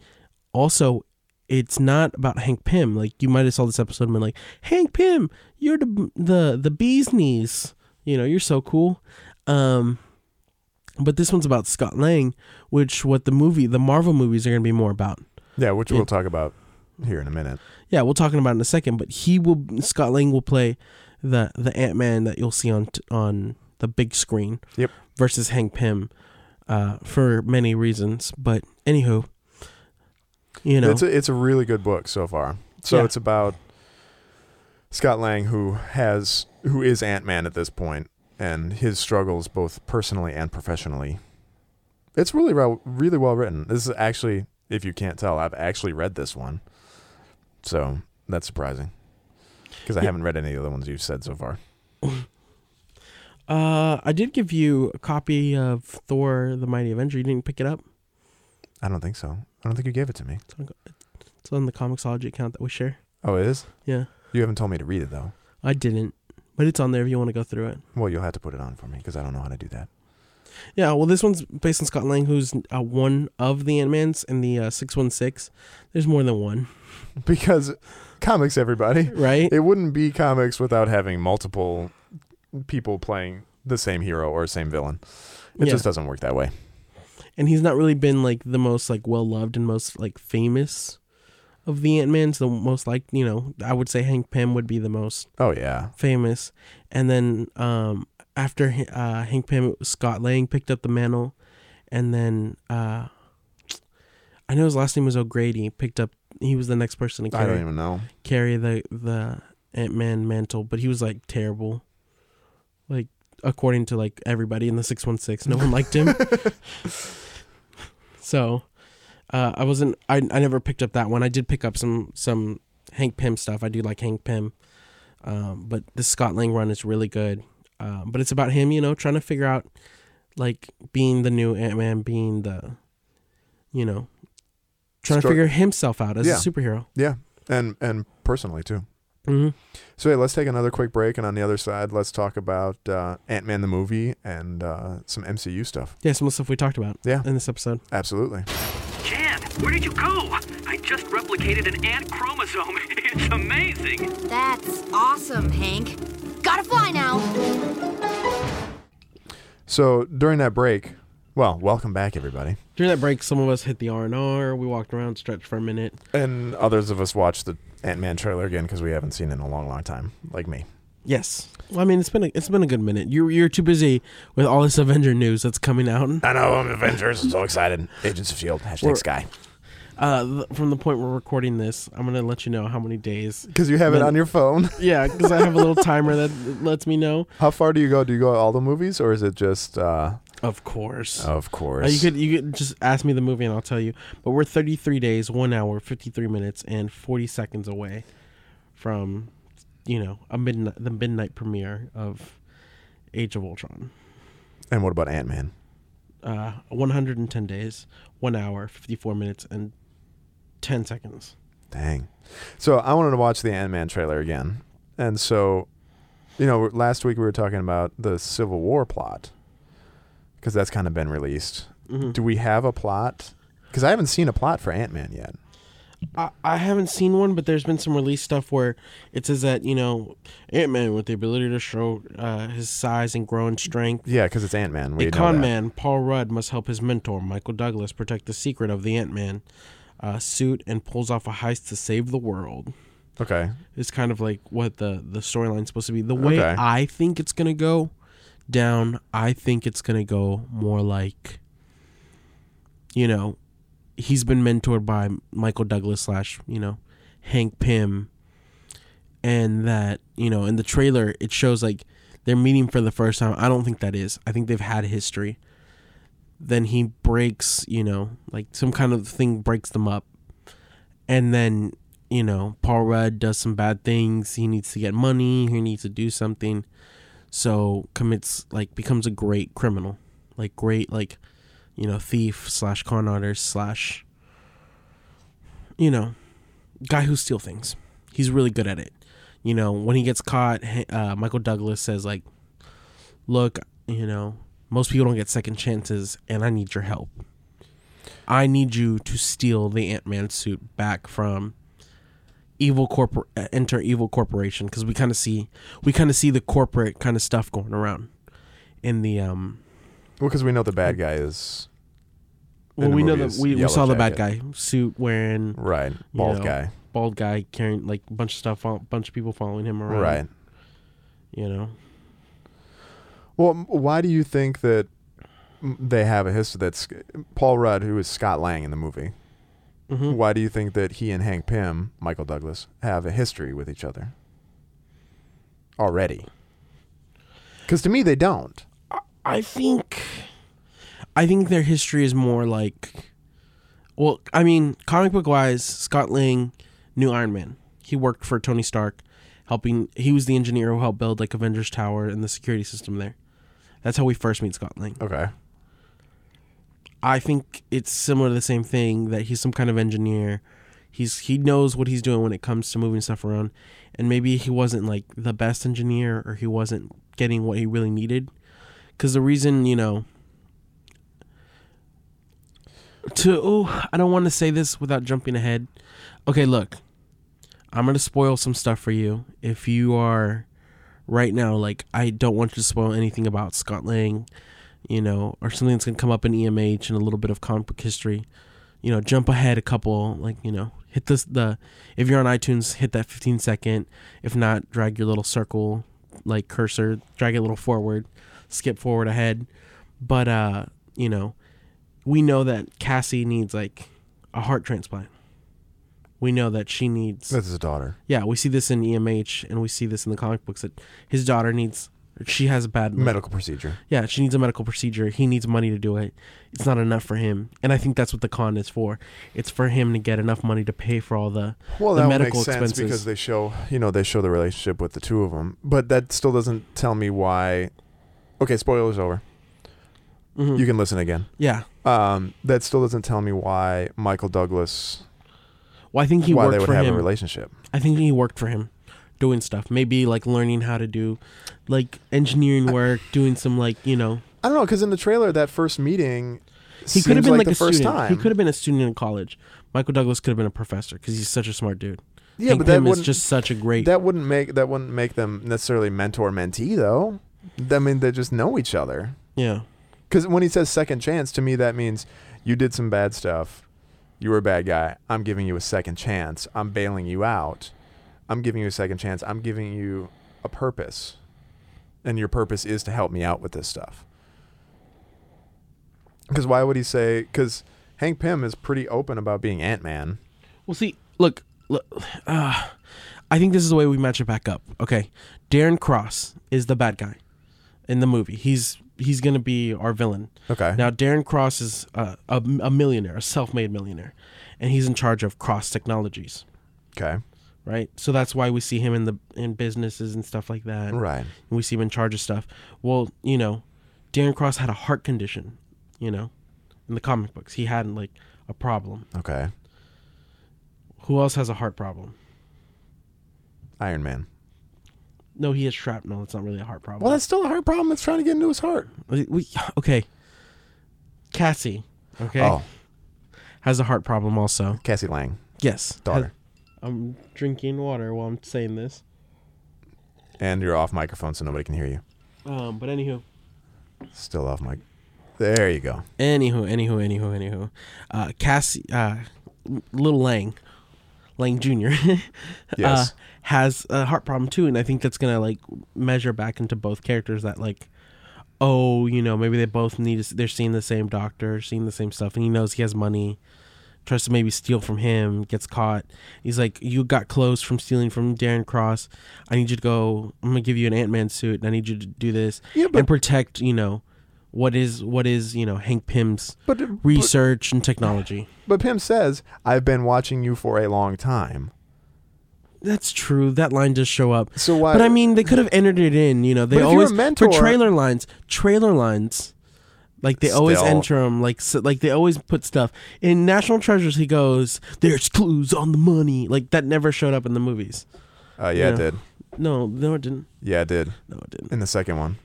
also it's not about Hank Pym. Like you might have saw this episode and been like, Hank Pym, you're the the the bee's knees. You know, you're so cool. Um, but this one's about Scott Lang, which what the movie, the Marvel movies are going to be more about.
Yeah, which we'll talk about here in a minute.
Yeah, we'll talk about it in a second. But he will Scott Lang will play the the Ant Man that you'll see on t- on the big screen.
Yep.
Versus Hank Pym, uh, for many reasons. But anywho, you know,
It's a, it's a really good book so far. So
Yeah.
it's about Scott Lang who has who is Ant-Man at this point and his struggles both personally and professionally. It's really well, really well written. This is actually if you can't tell, I've actually read this one. So, that's surprising. Cuz I haven't read any of the other ones you've said so far.
Uh, I did give you a copy of Thor: The Mighty Avenger. You didn't pick it up.
I don't think so. I don't think you gave it to me.
It's on, it's on the Comixology account that we share.
Oh, it is?
Yeah,
You haven't told me to read it, though.
I didn't, but it's on there if you want to go through it.
Well, you'll have to put it on for me because I don't know how to do that. *laughs*
Yeah, well, this one's based on Scott Lang, who's uh, one of the Ant Mans in the uh, six one six. There's more than one,
Because comics, everybody.
right?
It wouldn't be comics without having multiple people playing the same hero or same villain. It
Yeah.
just doesn't work that way.
and he's not really been like the most like well loved and most like famous of the Ant Mans. The most like you know, I would say Hank Pym would be the most
Oh, yeah.
famous. And then um, after H- uh, Hank Pym, it was Scott Lang picked up the mantle, and then uh, I know his last name was O'Grady. Picked up, he was the next person to
I don't
carry,
even know.
carry the the Ant Man mantle, but he was like terrible, like according to like everybody in the six one six, no one liked him. so. Uh, I wasn't. I, I never picked up that one. I did pick up some some Hank Pym stuff. I do like Hank Pym. Um, but the Scott Lang run is really good. Um, but it's about him, you know, trying to figure out like being the new Ant Man, being the, you know, trying
Stro-
to figure himself out as
Yeah.
a superhero.
Yeah. And, and personally, too. Mm-hmm.
hmm
So, hey, let's take another quick break. And on the other side, let's talk about uh, Ant Man the movie and uh, some MCU stuff.
Yeah, some of the stuff we talked about.
Yeah.
in this episode.
Absolutely.
Jan, where did you go? I just replicated an ant chromosome. *laughs* It's amazing.
That's awesome, Hank. Gotta fly now.
So, during that break, well, welcome back, everybody.
During that break, some of us hit the R and R. We walked around, stretched for a minute.
And others of us watched the Ant Man trailer again because we haven't seen it in a long, long time, like me.
Yes. Well, I mean, it's been a, it's been a good minute. You you're too busy with all this Avenger news that's coming out.
I know, I'm Avengers. I'm so excited. Agents of S.H.I.E.L.D. E Hashtag
We're-
Sky.
Uh, th- from the point we're recording this, I'm gonna let you know how many days.
Because you have it
Then-
on your phone.
Yeah, because I have a little *laughs* timer that lets me know.
How far do you go? Do you go to all the movies or is it just. Uh,
Of course.
of
Uh,
course.
you could you could just ask me the movie and I'll tell you. But we're 33 days, one hour, 53 minutes, and 40 seconds away from, you know, a midnight the midnight premiere of Age of Ultron.
and what about Ant Man?
Uh, 110 days, one hour, 54 minutes, and 10 seconds.
Dang. So I wanted to watch the Ant Man trailer again. And so, you know, last week we were talking about the Civil War plot because that's kind of been released.
Mm-hmm.
Do we have a plot? Because I haven't seen a plot for Ant Man yet.
I, I haven't seen one, but there's been some release stuff where it says that you know Ant Man with the ability to show uh, his size and growing strength
Yeah, because it's Ant Man.
A con man, Paul Rudd, must help his mentor, Michael Douglas, protect the secret of the Ant Man uh, suit and pulls off a heist to save the world.
Okay.
It's kind of like what the, the storyline's supposed to be. The way
Okay.
I think it's going to go down, I think it's going to go more like, you know, he's been mentored by Michael Douglas slash, you know, Hank Pym. And that, you know, in the trailer, it shows like they're meeting for the first time. I don't think that is. I think they've had history. Then he breaks, you know, like some kind of thing breaks them up. And then, you know, Paul Rudd does some bad things. He needs to get money. He needs to do something. So commits, like, becomes a great criminal. Like, great, like, you know, thief slash con artist slash, you know, guy who steal things. He's really good at it. You know, when he gets caught, he- uh, Michael Douglas says like, "Look, you know, most people don't get second chances, and I need your help. I need you to steal the Ant Man suit back from." evil corpor uh, enter evil corporation because we kind of see we kind of see the corporate kind of stuff going around in the um
Well, because we know the bad
Mm.
guy is
Well,
in the
we know
movie
that
is
we, we
yellow
saw the bad
jacket.
guy suit wearing
right
you
bald
know,
guy.
bald guy carrying like a bunch of stuff, a bunch of people following him around.
Right.
You know,
Well, m- why do you think that m- they have a history that's Paul Rudd, who is Scott Lang in the movie? Why do you think that he and Hank Pym, Michael Douglas, have a history with each other already? Because to me, they don't.
I think, I think their history is more like, well, I mean, comic book wise, Scott Lang knew Iron Man. He worked for Tony Stark, helping. He was the engineer who helped build like Avengers Tower and the security system there. That's how we first meet Scott Lang.
Okay.
I think it's similar to the same thing that he's some kind of engineer. He's he knows what he's doing when it comes to moving stuff around, and maybe he wasn't like the best engineer or he wasn't getting what he really needed, because the reason you know. To oh, I don't want to say this without jumping ahead. Okay, look, I'm gonna spoil some stuff for you if you are right now like I don't want you to spoil anything about Scott Lang you know, or something that's gonna come up in EMH and a little bit of comic book history, you know, jump ahead a couple, like you know, hit this the if you're on iTunes, hit that 15 second. If not, drag your little circle like cursor, drag it a little forward, skip forward ahead. But uh, you know, we know that Cassie needs like a heart transplant. We know that she needs
That's his daughter.
yeah, we see this in EMH and we see this in the comic books that his daughter needs she has a bad
Medical procedure.
yeah, she needs a medical procedure. He needs money to do it. It's not enough for him, and I think that's what the con is for. It's for him to get enough money to pay for all the
Well,
the
that would make
medical
sense
expenses.
because they show, you know, they show the relationship with the two of them. But that still doesn't tell me why. Okay, spoilers over.
Mm-hmm.
You can listen again.
yeah,
Um, that still doesn't tell me why Michael Douglas,
well, I think he
why they
worked
would
for
have a
him.
relationship.
I think he worked for him, doing stuff. Maybe like learning how to do, like engineering work, doing some like you know.
I don't know because in the trailer, that first meeting,
He could have been like,
the
a
first
student.
time.
He could have been a student in college. Michael Douglas could have been a professor because he's such a smart dude.
Yeah,
Hank
but that
Pym is
wouldn't-
just such a great.
That wouldn't make that wouldn't make them necessarily mentor mentee though. I mean, they just know each other.
yeah,
Because when he says second chance, to me that means you did some bad stuff. You were a bad guy. I'm giving you a second chance. I'm bailing you out. I'm giving you a second chance. I'm giving you a purpose. And your purpose is to help me out with this stuff. Because why would he say? Because Hank Pym is pretty open about being Ant Man.
Well, see, look, look *sighs* uh, I think this is the way we match it back up. Okay, Darren Cross is the bad guy in the movie. He's he's gonna be our villain.
Okay.
Now Darren Cross is uh, a, a millionaire, a self-made millionaire, and he's in charge of Cross Technologies,
Okay.
right? So that's why we see him in the in businesses and stuff like that.
Right.
And we see him in charge of stuff. Well, you know, Darren Cross had a heart condition. You know, in the comic books, he had like a problem.
Okay.
Who else has a heart problem?
Iron Man.
No, he has shrapnel. It's not really a heart problem.
Well, that's still a heart problem. It's trying to get into his heart.
We- we- okay. Cassie, okay,
Oh,
has a heart problem also.
Cassie Lang,
Yes,
daughter.
Has- I'm drinking water while I'm saying this.
and you're off microphone, so nobody can hear you.
Um, but anywho,
Still off mic. There you go.
anywho, anywho, anywho, anywho, uh, Cassie, uh, little Lang, Lang Junior, *laughs*
Yes.
uh, has a heart problem too, and I think that's gonna like measure back into both characters that like. Oh, you know, maybe they both need. They're seeing the same doctor, seeing the same stuff, and he knows he has money. tries to maybe steal from him, gets caught. He's like, "You got close from stealing from Darren Cross. I need you to go. I'm gonna give you an Ant Man suit, and I need you to do this
Yeah, but-
and protect. You know, what is what is you know Hank Pym's
But- but-
research and technology.
But Pim says, "I've been watching you for a long time."
That's true. That line does show up.
So why-
But I mean, they could have entered it in. You know, they
But if you're a
always
mentor-
for trailer lines. Trailer lines. Like they always
Still.
enter them, like so, like they always put stuff in National Treasures. He goes, "There's clues on the money." Like that never showed up in the movies.
Uh,
Yeah.
yeah, it did.
No, no, it didn't.
Yeah, it did.
No, it didn't.
In the second one,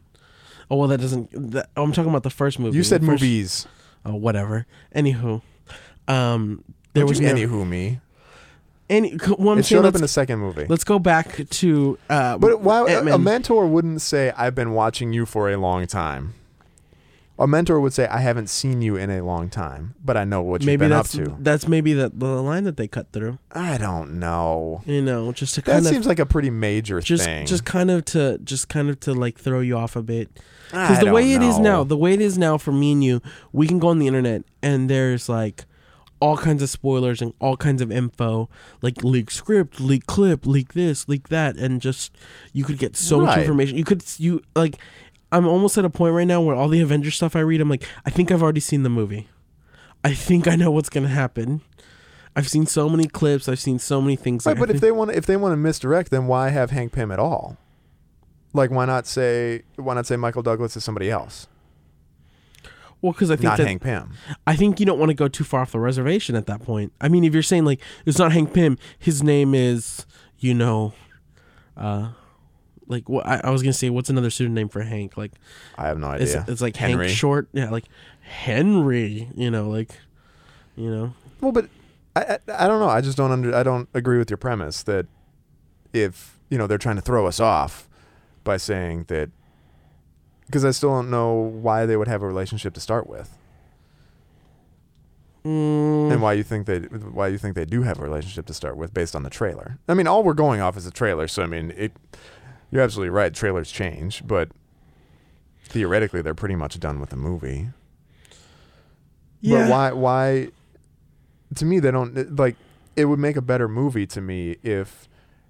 Oh well, that doesn't. That, oh, I'm talking about the first movie.
you said
The first-
movies.
Oh, whatever. Anywho, um, there
Don't
was
you
no,
anywho me.
any. c- Well, I'm
It
saying
showed up
let's,
in the second movie.
let's go back to. Uh,
But why a- a
Ant-Man.
mentor wouldn't say, "I've been watching you for a long time." A mentor would say, "I haven't seen you in a long time, but I know what you've
maybe
been
that's
up to."
that's maybe the, the line that they cut through.
I don't know.
You know, just to
That
kind of
seems like a pretty major
just
thing.
just kind of to just kind of to like throw you off a bit
I
because the way
don't
it is
know.
now the way it is now for me and you we can go on the internet and there's like all kinds of spoilers and all kinds of info like leak script leak clip leak this leak that and just you could get so much
Right.
information you could you like i'm almost at a point right now where all the avengers stuff i read i'm like i think i've already seen the movie i think i know what's gonna happen I've seen so many clips. I've seen so many things.
Right,
like,
but
I
if
think-
they want if they want to misdirect, then why have Hank Pym at all? Like, why not say why not say Michael Douglas is somebody else,
well, because I think
not
that,
Hank Pym?
I think you don't want to go too far off the reservation at that point. I mean, if you're saying like it's not Hank Pym, his name is you know, uh, like what I, I was gonna say. What's another pseudonym for Hank? Like
I have no
it's
idea.
it's like Hank Short. Yeah, like Henry. You know, like you know.
Well, but I, I I don't know. I just don't under I don't agree with your premise that if you know they're trying to throw us off by saying that because I still don't know why they would have a relationship to start with.
Mm.
And why you think they why you think they do have a relationship to start with based on the trailer? I mean, all we're going off is the trailer, so I mean, it. You're absolutely right. Trailers change, but theoretically, they're pretty much done with the movie. But why? Why? To me, they don't it- like. It would make a better movie to me if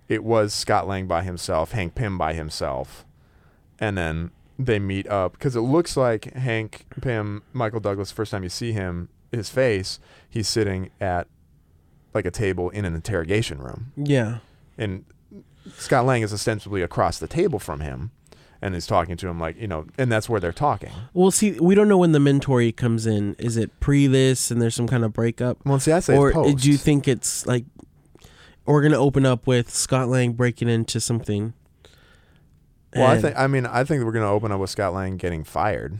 it was Scott Lang by himself, Hank Pym by himself, and then they meet up because it looks like Hank Pym, Michael Douglas. First time you see him, his face, he's sitting at like a table in an interrogation room,
Yeah.
and Scott Lang is ostensibly across the table from him, and is talking to him like you know, and that's where they're talking.
Well, see, we don't know when the mentoree comes in. Is it pre this and there's some kind of breakup?
Well, see, I say it's
or
post.
do you think it's like we're gonna open up with Scott Lang breaking into something?
Well, I
And-
think I mean I think we're gonna open up with Scott Lang getting fired,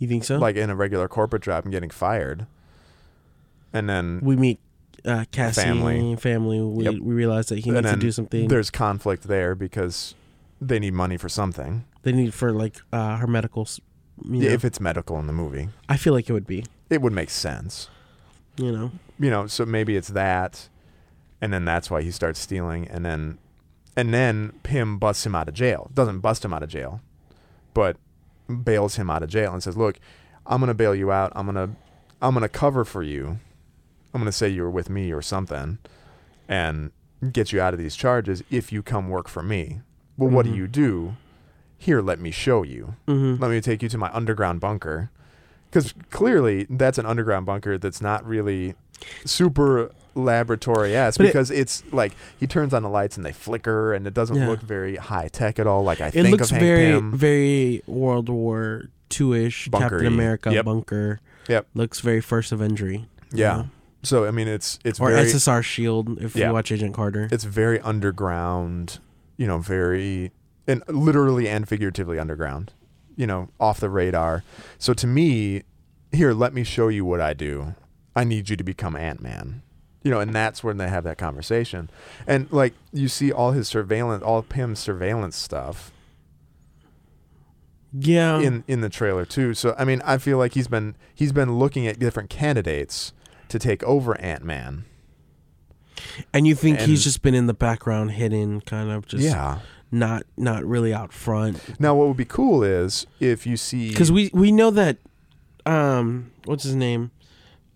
you think so.
like in a regular corporate job and getting fired, and then
we meet uh, Cassie
Family.
family. Family. We
Yep.
we realize that he
and
needs to
then
do something.
There's conflict there because they need money for something.
They need for like uh, her medical. s- You know,
If it's medical in the movie,
I feel like it would be.
it would make sense.
You know.
You know, so maybe it's that, and then that's why he starts stealing, and then, and then Pym busts him out of jail. Doesn't bust him out of jail, but bails him out of jail and says, "Look, I'm gonna bail you out. I'm gonna, I'm gonna cover for you. I'm gonna say you were with me or something, and get you out of these charges if you come work for me." Well, what
Mm-hmm.
do you do? Here, let me show you. Let me take you to my underground bunker, because clearly that's an underground bunker that's not really super laboratory esque
But it-
because it's like he turns on the lights and they flicker and it doesn't
Yeah.
look very high tech at all like I
It
think
looks
of Hank
very
Pym.
very World War Two ish
Bunkery.
Captain America
Yep.
bunker.
Yep.
Looks very first Avengery.
Yeah. So I mean, it's it's
Or
very
SSR Shield if
Yeah.
you watch Agent Carter.
it's very underground, you know, very and literally and figuratively underground, you know, off the radar. So to me, here, let me show you what I do. I need you to become Ant Man. You know, and that's when they have that conversation. And like you see all his surveillance all Pim's surveillance stuff
yeah.
in in the trailer too. So I mean, I feel like he's been he's been looking at different candidates to take over Ant Man.
and you think
and-
he's just been in the background hidden kind of just
Yeah.
not not really out front.
Now, what would be cool is if you see
Cuz we we know that um what's his name?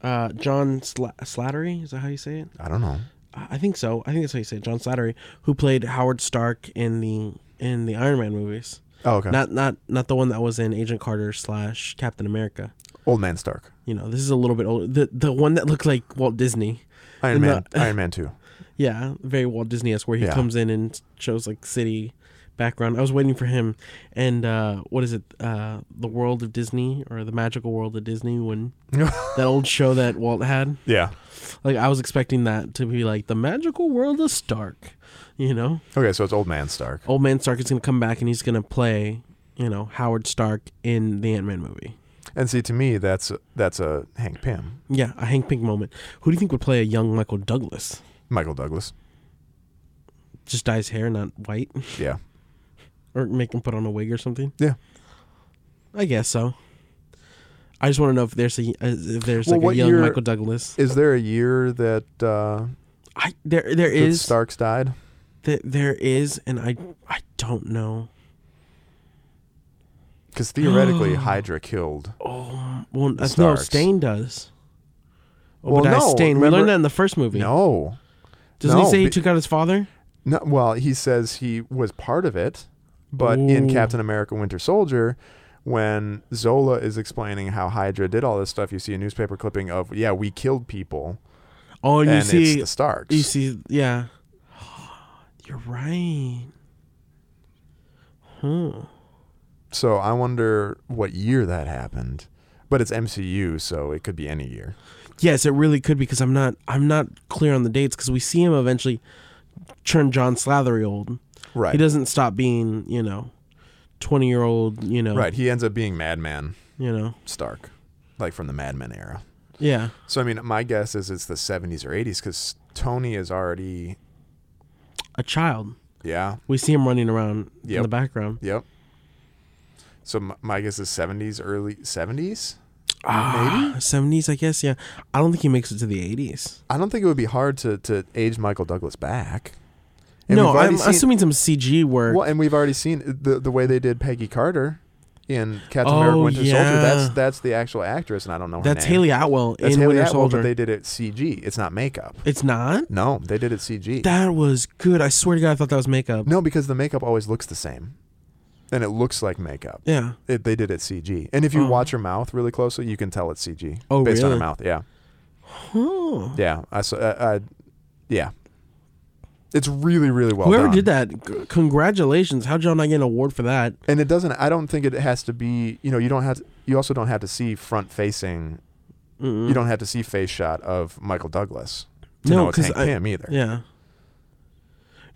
Uh John Sla- Slattery, is that how you say it?
I don't know.
I I think so. I think that's how you say it. John Slattery, who played Howard Stark in the in the Iron Man movies.
Oh, okay.
Not not not the one that was in Agent Carter slash Captain America.
Old Man Stark,
You know, this is a little bit older. The the one that looked like Walt Disney.
Iron
And
Man,
the-
Iron
*laughs*
Man Two. *laughs*
Yeah, very Walt Disney esque, where he
Yeah.
comes in and shows like city background. I was waiting for him, and uh, what is it? Uh, the World of Disney or the Magical World of Disney when that old show that Walt had.
yeah.
Like I was expecting that to be like the Magical World of Stark. You know,
Okay, so it's Old Man Stark.
old man Stark is gonna come back and he's gonna play, you know, Howard Stark in the Ant Man movie.
And see, to me, that's that's a Hank Pym,
Yeah, a Hank Pink moment. Who do you think would play a young Michael Douglas?
Michael Douglas.
Just dye his hair not white,
Yeah,
or make him put on a wig or something.
yeah.
I guess so. I just want to know if there's a uh, if there's
Well,
like
what
a young
year-
Michael Douglas.
Is there a year that, uh,
I there there
that
is
Starks died?
there, there is, and I I don't know. *gasps*
Because theoretically, Hydra killed.
Oh, Well, that's no
Starks.
Stain does. Oh,
Well,
but I
no,
Stain. We
remember-
learned that in the first movie.
No,
Doesn't
no,
he say he
be-
took out his father?
no. Well, he says he was part of it, but in
Ooh.
Captain America: Winter Soldier. When Zola is explaining how Hydra did all this stuff, you see a newspaper clipping of, yeah, we killed people.
Oh, and,
and
you see,
it's the Starks.
you see, yeah. *gasps* You're right. Huh.
So I wonder what year that happened. But it's MCU, so it could be any year.
Yes, it really could because I'm not I'm not clear on the dates because we see him eventually turn John Slathery old.
Right.
He doesn't stop being, you know, twenty year old. You know,
Right. He ends up being Madman
You know,
Stark, like from the Madman era.
yeah.
So I mean, my guess is it's the 70s or 80s because Tony is already,
A child.
yeah,
We see him running around in
Yep.
the background.
yep. So m- my guess is 70s, early 70s.
Ah, Seventies, I guess. Yeah, I don't think he makes it to the eighties.
I don't think it would be hard to to age Michael Douglas back. And
No,
we've already
I'm
seen-
assuming some CG work.
Well, and we've already seen the the way they did Peggy Carter in Captain
Oh,
America: Winter Soldier. That's
yeah.
that's the actual actress, and I don't know. Her
That's
name.
Haley Atwell
That's
in
Haley
Winter
Atwell,
Soldier.
but they did it CG. It's not makeup.
It's not.
No, they did it CG.
That was good. I swear to God, I thought that was makeup.
no, because the makeup always looks the same, and it looks like makeup.
Yeah. Uh-huh.
It, they did it CG, and if you watch her mouth really closely, you can tell it's CG
Oh,
based on her
really?
mouth. Yeah,
Oh.
yeah. I saw. Uh, uh, yeah, it's really, really well.
Whoever
done.
did that, c- congratulations. How did y'all not get an award for that?
and it doesn't i don't think it has to be you know you don't have to, you also don't have to see front facing you don't have to see face shot of michael douglas to
No,
know it's
'cause
hank
I-
pym either
Yeah.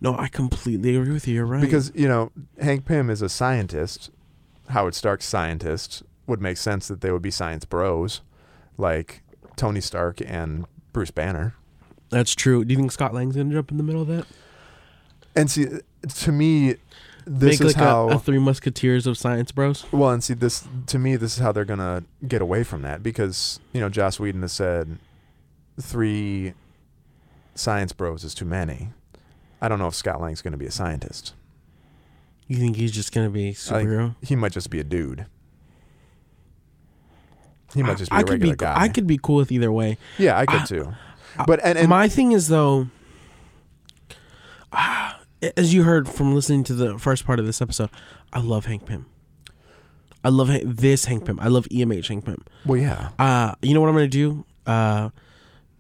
No, I completely agree with you. You're right.
because you know hank pym is a scientist howard stark's scientist would make sense that they would be science bros like tony stark and bruce banner
that's true. Do you think Scott Lang's gonna jump in the middle of that?
and see to me this
Make
is
like a-
how
a, Three Musketeers of Science Bros.
Well, and see, this to me, this is how they're gonna get away from that because you know Joss Whedon has said three science bros is too many. I don't know if Scott Lang's gonna be a scientist.
You think he's just gonna be
I think
superhero?
he might just be a dude. He might just be a
I could
regular
be.
guy.
I could be cool with either way.
yeah, I could too. But and, and
my thing is though ah, as you heard from listening to the first part of this episode i love hank pym i love Han- this hank pym i love emh hank pym
well, yeah,
uh you know what i'm gonna do uh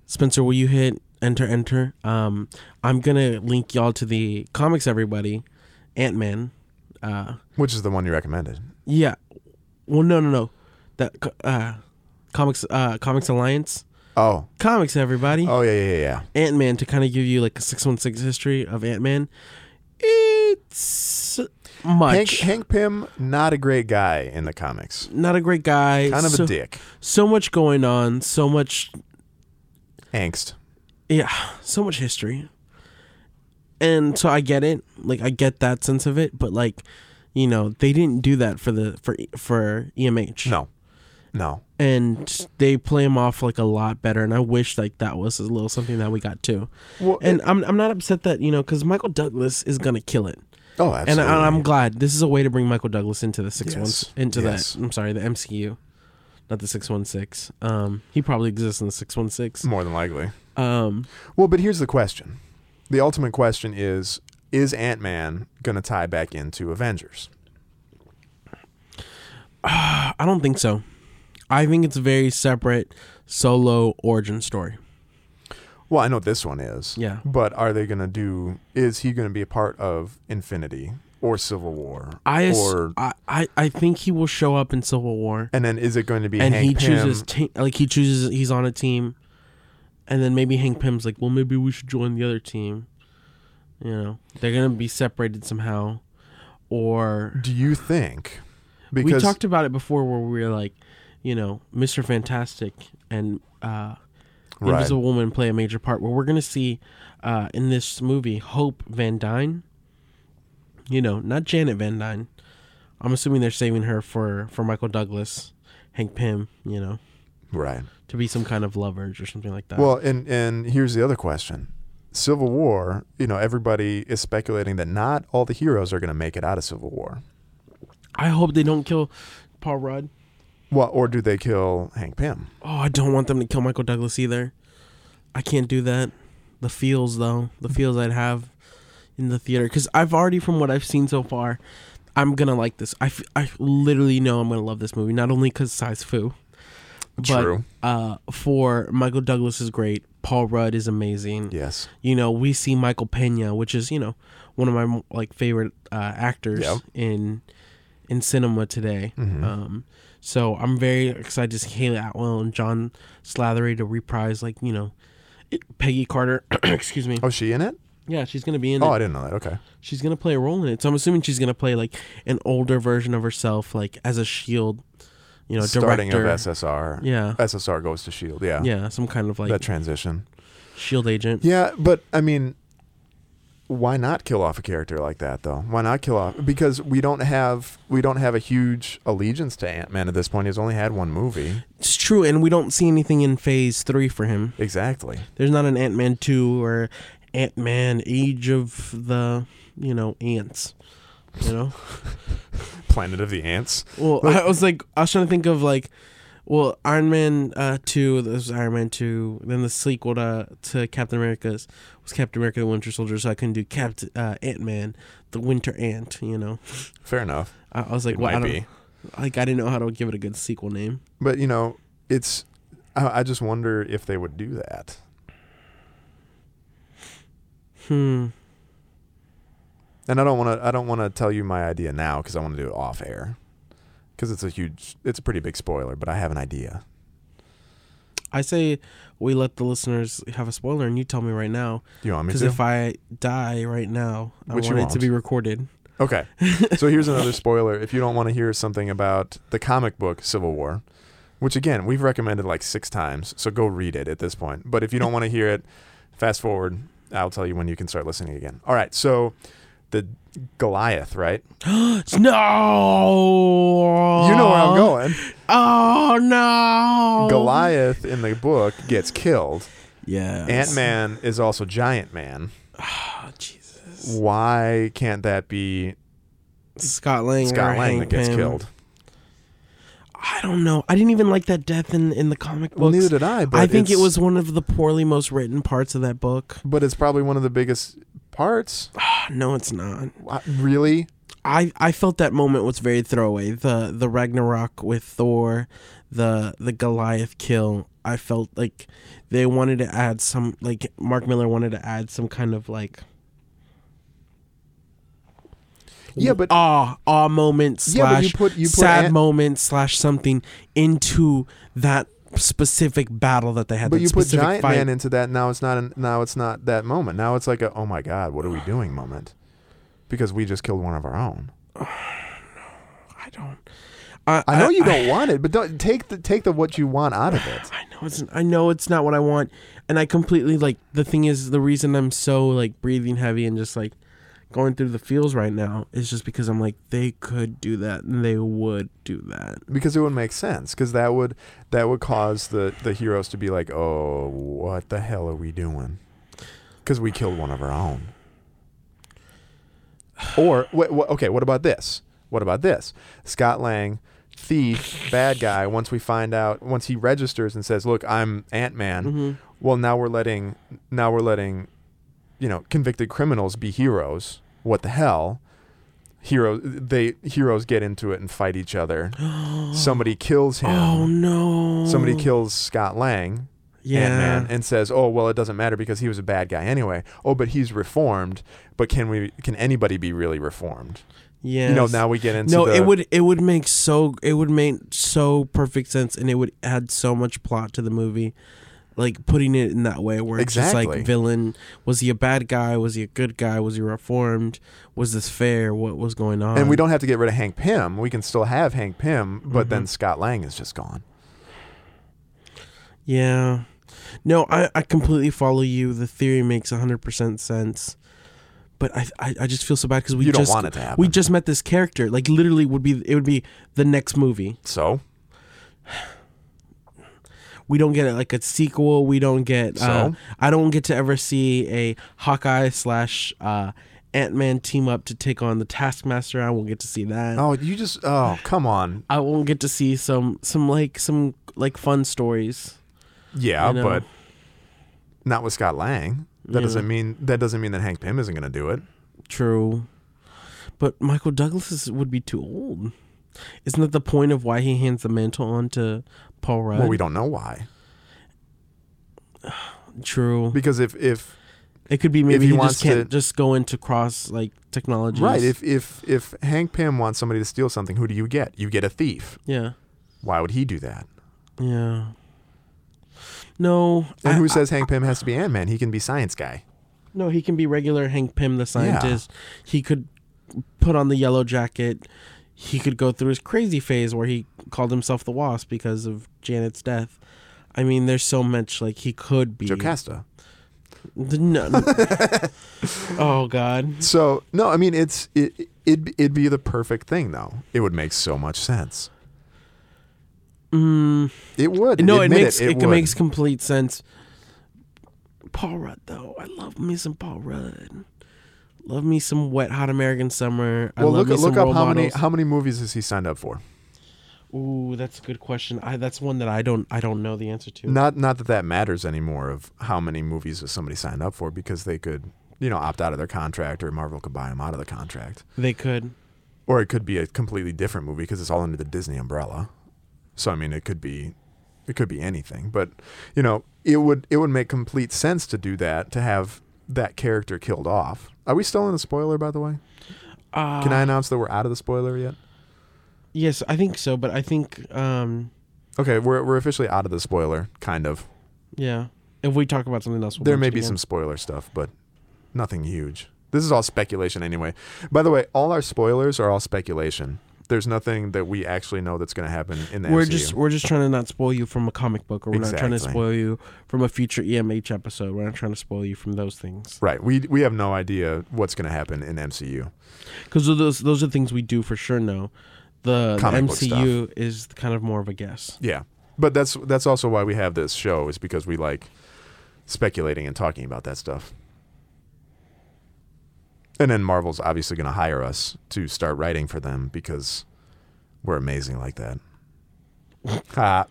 spencer will you hit enter enter um i'm gonna link y'all to the comics everybody ant-man uh
which is the one you recommended.
yeah well no no no that co- uh comics uh comics alliance
Oh,
comics everybody
oh yeah, yeah, yeah, yeah.
Ant Man to kind of give you like a six one six history of Ant Man. It's much
Hank, Hank Pym, not a great guy in the comics.
not a great guy.
Kind of
so,
a dick.
So much going on. So much.
Angst.
Yeah. So much history. And so I get it. Like I get that sense of it, but like, you know, they didn't do that for the for for EMH.
No, no.
And they play him off like a lot better, and I wish like that was a little something that we got too.
Well,
and I'm I'm not upset that you know because Michael Douglas is gonna kill it.
Oh,
and,
absolutely.
I, I'm glad this is a way to bring Michael Douglas into the six
Yes.
ones into
Yes.
that. I'm sorry, the MCU, not the six one six. Um, he probably exists in the six one six.
More than likely.
Um,
Well, but here's the question. The ultimate question is is Ant Man going to tie back into Avengers?
I- I don't think so. I think it's a very separate solo origin story.
Well, I know this one is.
Yeah.
But are they going to do. Is he going to be a part of Infinity or Civil War?
I, ass-
or.
I, I I think he will show up in Civil War,
and then is it going to be
and
Hank
he
Pym?
chooses te- like he chooses he's on a team, and then maybe Hank Pym's like, well, maybe we should join the other team. You know, they're gonna be separated somehow, or
do you think? Because
we talked about it before where we were like, you know, Mr. Fantastic and uh,
Right.
Invisible Woman play a major part. Where we're going to see uh, in this movie Hope Van Dyne, you know, not Janet Van Dyne. I'm assuming they're saving her for, for Michael Douglas, Hank Pym, you know,
Right.
to be some kind of lovers or something like that.
Well, and and here's the other question. Civil War, you know, everybody is speculating that not all the heroes are going to make it out of Civil War.
I hope they don't kill Paul Rudd.
Well, or do they kill Hank Pym?
Oh, I don't want them to kill Michael Douglas either. I can't do that. The feels though, the feels I'd have in the theater cuz I've already from what I've seen so far, I'm going to like this. I, f- I literally know I'm going to love this movie not only cuz Size Fu, But,
True.
Uh, for Michael Douglas is great. Paul Rudd is amazing.
Yes.
You know, we see Michael Pena, which is you know one of my like favorite uh, actors
Yeah. Mm-hmm.
in in cinema today. Um, so I'm very excited to see Haley Atwell and John Slattery to reprise like you know it, Peggy Carter. *clears throat* excuse me.
Oh, is she in it?
Yeah, she's gonna be in.
Oh,
it
I didn't know that. Okay.
she's gonna play a role in it. So I'm assuming she's gonna play like an older version of herself, like as a shield, E you know,
Starting of
director.
SSR.
Yeah.
SSR goes to Shield. E Yeah.
Yeah, some kind of like
That transition.
shield E agent.
Yeah, but I mean, why not kill off a character like that though? Why not kill off? Because we don't have we don't have a huge allegiance to Ant Man at this point. He's only had one movie.
It's true, and we don't see anything in Phase Three for him.
Exactly.
There's not an Ant Man two or Ant Man Age of the you know ants. You know,
Planet of the Ants.
well, I was like, I was trying to think of like. Well, Iron Man uh, two, there's Iron Man two, then the sequel to, to Captain America's was Captain America: The Winter Soldier, so I couldn't do Captain uh, Ant Man, the Winter Ant. You know,
Fair enough.
I, I was like,
It
well, I
might
don't, like I didn't know how to give it a good sequel name.
But you know, it's I, I just wonder if they would do that.
Hmm.
And I don't want to I don't want to tell you my idea now cuz I want to do it off air. Cuz it's a huge it's a pretty big spoiler, but I have an idea.
I say we let the listeners have a spoiler, and you tell me right now.
Do you want me
Because
to?
if I die right now, I
Which you
want it to
won't.
be recorded.
Okay. so here's another spoiler. If you don't want to hear something about the comic book Civil War, which again, we've recommended like six times, so go read it at this point. But if you don't want to hear it, fast forward. I'll tell you when you can start listening again. All right. So the Goliath, right?
No,
You know where I'm going.
Oh no,
Goliath in the book gets killed.
Yeah,
Ant Man is also Giant Man.
Oh, Jesus,
Why can't that be
Scott Lang.
Scott
or
Lang
Hank
that gets
Pym.
killed?
I don't know. I didn't even like that death in in the comic books.
Well, neither did I. But
I think it
it's-
was one of the poorly most written parts of that book.
But it's probably one of the biggest parts.
Ah, No, it's not.
Why- Uh, Really?
I, I felt that moment was very throwaway. The the Ragnarok with Thor, the the Goliath kill. I felt like they wanted to add some like Mark Miller wanted to add some kind of like
Yeah, but
awe awe moment
Yeah, but
slash
you put- you put
sad
Ant-
moment slash something into that specific battle that they had.
but
that
you put
specific
Giant
fight.
Man into that. Now it's not. An, now it's not that moment. Now it's like a oh my god, what are we doing moment? Because we just killed one of our own.
I don't. I,
I know you don't want it, but don't take the take the what you want out of it.
I know it's I know it's not what I want, and I completely like the thing is the reason I'm so like breathing heavy and just like going through the feels right now is just because I'm like they could do that and they would do that.
because it would make sense because that would that would cause the the heroes to be like oh what the hell are we doing because we killed one of our own or wha wha- okay what about this what about this scott lang thief bad guy once we find out once he registers and says look i'm ant-man
Mm-hmm.
well now we're letting now we're letting you know convicted criminals be heroes what the hell heroes they heroes get into it and fight
*gasps*
each other somebody kills him
Oh no!
somebody kills scott lang
Yeah.
Ant-Man, and says oh well it doesn't matter because he was a bad guy anyway oh but he's reformed but can we can anybody be really reformed
Yeah.
you know now we get into
no,
the-
it would it would make so it would make so perfect sense, and it would add so much plot to the movie. Like putting it in that way, where it's just
Exactly.
like villain. Was he a bad guy? Was he a good guy? Was he reformed? Was this fair? What was going on?
and we don't have to get rid of hank pym we can still have hank pym but
Mm-hmm.
then scott lang is just gone
Yeah. No, I, I completely follow you. The theory makes 100% sense. But I, I, I just feel so bad because we
You don't
just
want it to happen.
we just met this character. Like literally would be it would be the next movie.
so
We don't get like a sequel. We don't get. Uh,
So?
I don't get to ever see a Hawkeye slash uh, Ant Man team up to take on the Taskmaster. I won't get to see that.
oh you just oh come on
I won't get to see some some like some like fun stories.
Yeah,
You know?
but not with Scott Lang. That doesn't mean that doesn't mean that Hank Pym isn't going to do it.
True. But Michael Douglas is, would be too old. Isn't that the point of why he hands the mantle on to Paul Rudd?
Well, we don't know why.
True.
Because if if
it could be maybe
he
he,
wants
just can't
to-
just go into cross like technologies.
right, if if if Hank Pym wants somebody to steal something, who do you get? You get a thief.
yeah,
Why would he do that?
yeah. No,
And
I-
who says Hank Pym has to be Ant Man? He can be Science Guy.
No, he can be regular Hank Pym, the scientist. He could put on the yellow jacket. He could go through his crazy phase where he called himself the Wasp because of Janet's death. I mean, there's so much like he could be.
Joe Casta.
The-
*laughs*
no- oh God.
So no, I mean it's it it it'd be the perfect thing though. It would make so much sense. it would.
Mm. No, it
Admit
makes it,
would.
makes complete sense. Paul Rudd though, I love me some Paul Rudd. Love me some wet hot American summer. I
Well,
love
look
me some
look up
role
how many
models.
how many movies has he signed up for?
Ooh, that's a good question. I that's one that I don't I don't know the answer to.
Not not that that matters anymore of how many movies has somebody signed up for because they could you know opt out of their contract or Marvel could buy them out of the contract
They could.
or it could be a completely different movie because it's all under the Disney umbrella. So I mean it could be it could be anything, but you know it would it would make complete sense to do that to have that character killed off. Are we still in the spoiler by the way?
Uh,
Can I announce that we're out of the spoiler yet?
Yes, I think so, but I think um
Okay, we're we're officially out of the spoiler kind of.
yeah. If we talk about something else, we'll
there may
mention
be
it
some
again.
spoiler stuff, but nothing huge. This is all speculation anyway. By the way, all our spoilers are all speculation. There's nothing that we actually know that's going to happen in the
We're
MCU.
just we're just trying to not spoil you from a comic book, or we're not trying to
Exactly.
spoil you from a future EMH episode. We're not trying to spoil you from those things
right. We we have no idea what's going to happen in MCU.
because those those are things we do for sure know. The, the
Comic book
MCU is kind of more of a guess. *laughs*
Yeah. But that's that's also why we have this show is because we like speculating and talking about that stuff. And then Marvel's obviously going to hire us to start writing for them because we're amazing like that. Ah.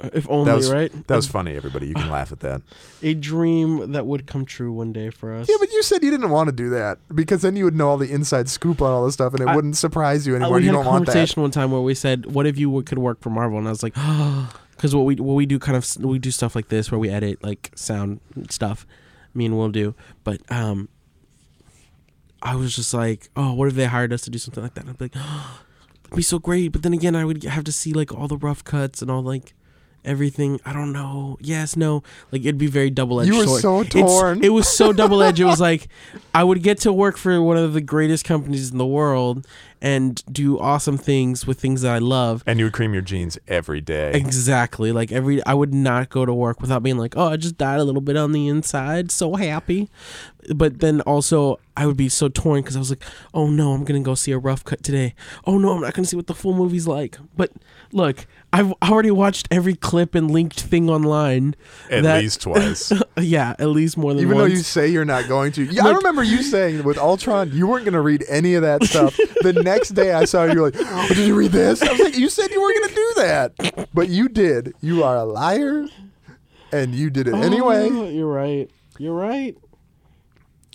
If only,
that was
right?
That was funny. Everybody, you can laugh at that.
a dream that would come true one day for us.
*laughs* Yeah, but you said you didn't want to do that because then you would know all the inside scoop on all this stuff, and it wouldn't surprise you
Uh,
anymore.
we
you
had a
don't want that.
conversation one time where we said, "What if you w- could work for Marvel?" And I was like, *gasps* "Because what we what we do kind of s- we do stuff like this where we edit like sound stuff. Me and Will do, but um, I was just like, oh, what if they hired us to do something like that? And I'd be like, it'd be so great. But then again, I would have to see like all the rough cuts and all like." Everything I don't know. Yes, no. Like it'd be very double edged.
You were so torn.
It was
*laughs*
so double edged. It was like I would get to work for one of the greatest companies in the world and do awesome things with things that I love.
And you would cream your jeans every day.
Exactly. Like every I would not go to work without being like, "Oh, I just died a little bit on the inside. So happy." But then also I would be so torn cuz I was like, "Oh no, I'm going to go see a rough cut today. Oh no, I'm not going to see what the full movie's like." But look, I've already watched every clip and linked thing online.
At
that-
least twice.
yeah, at least more than
*laughs* Even though
once.
you say you're not going to. Yeah, I
Like-
remember you saying with Ultron, you weren't going to read any of that
*laughs*
stuff. the next day I saw you, you were like, oh, did you read this? I was like, you said you weren't going to do that. But you did. You are a liar. And you did it anyway.
Oh, you're right. You're right.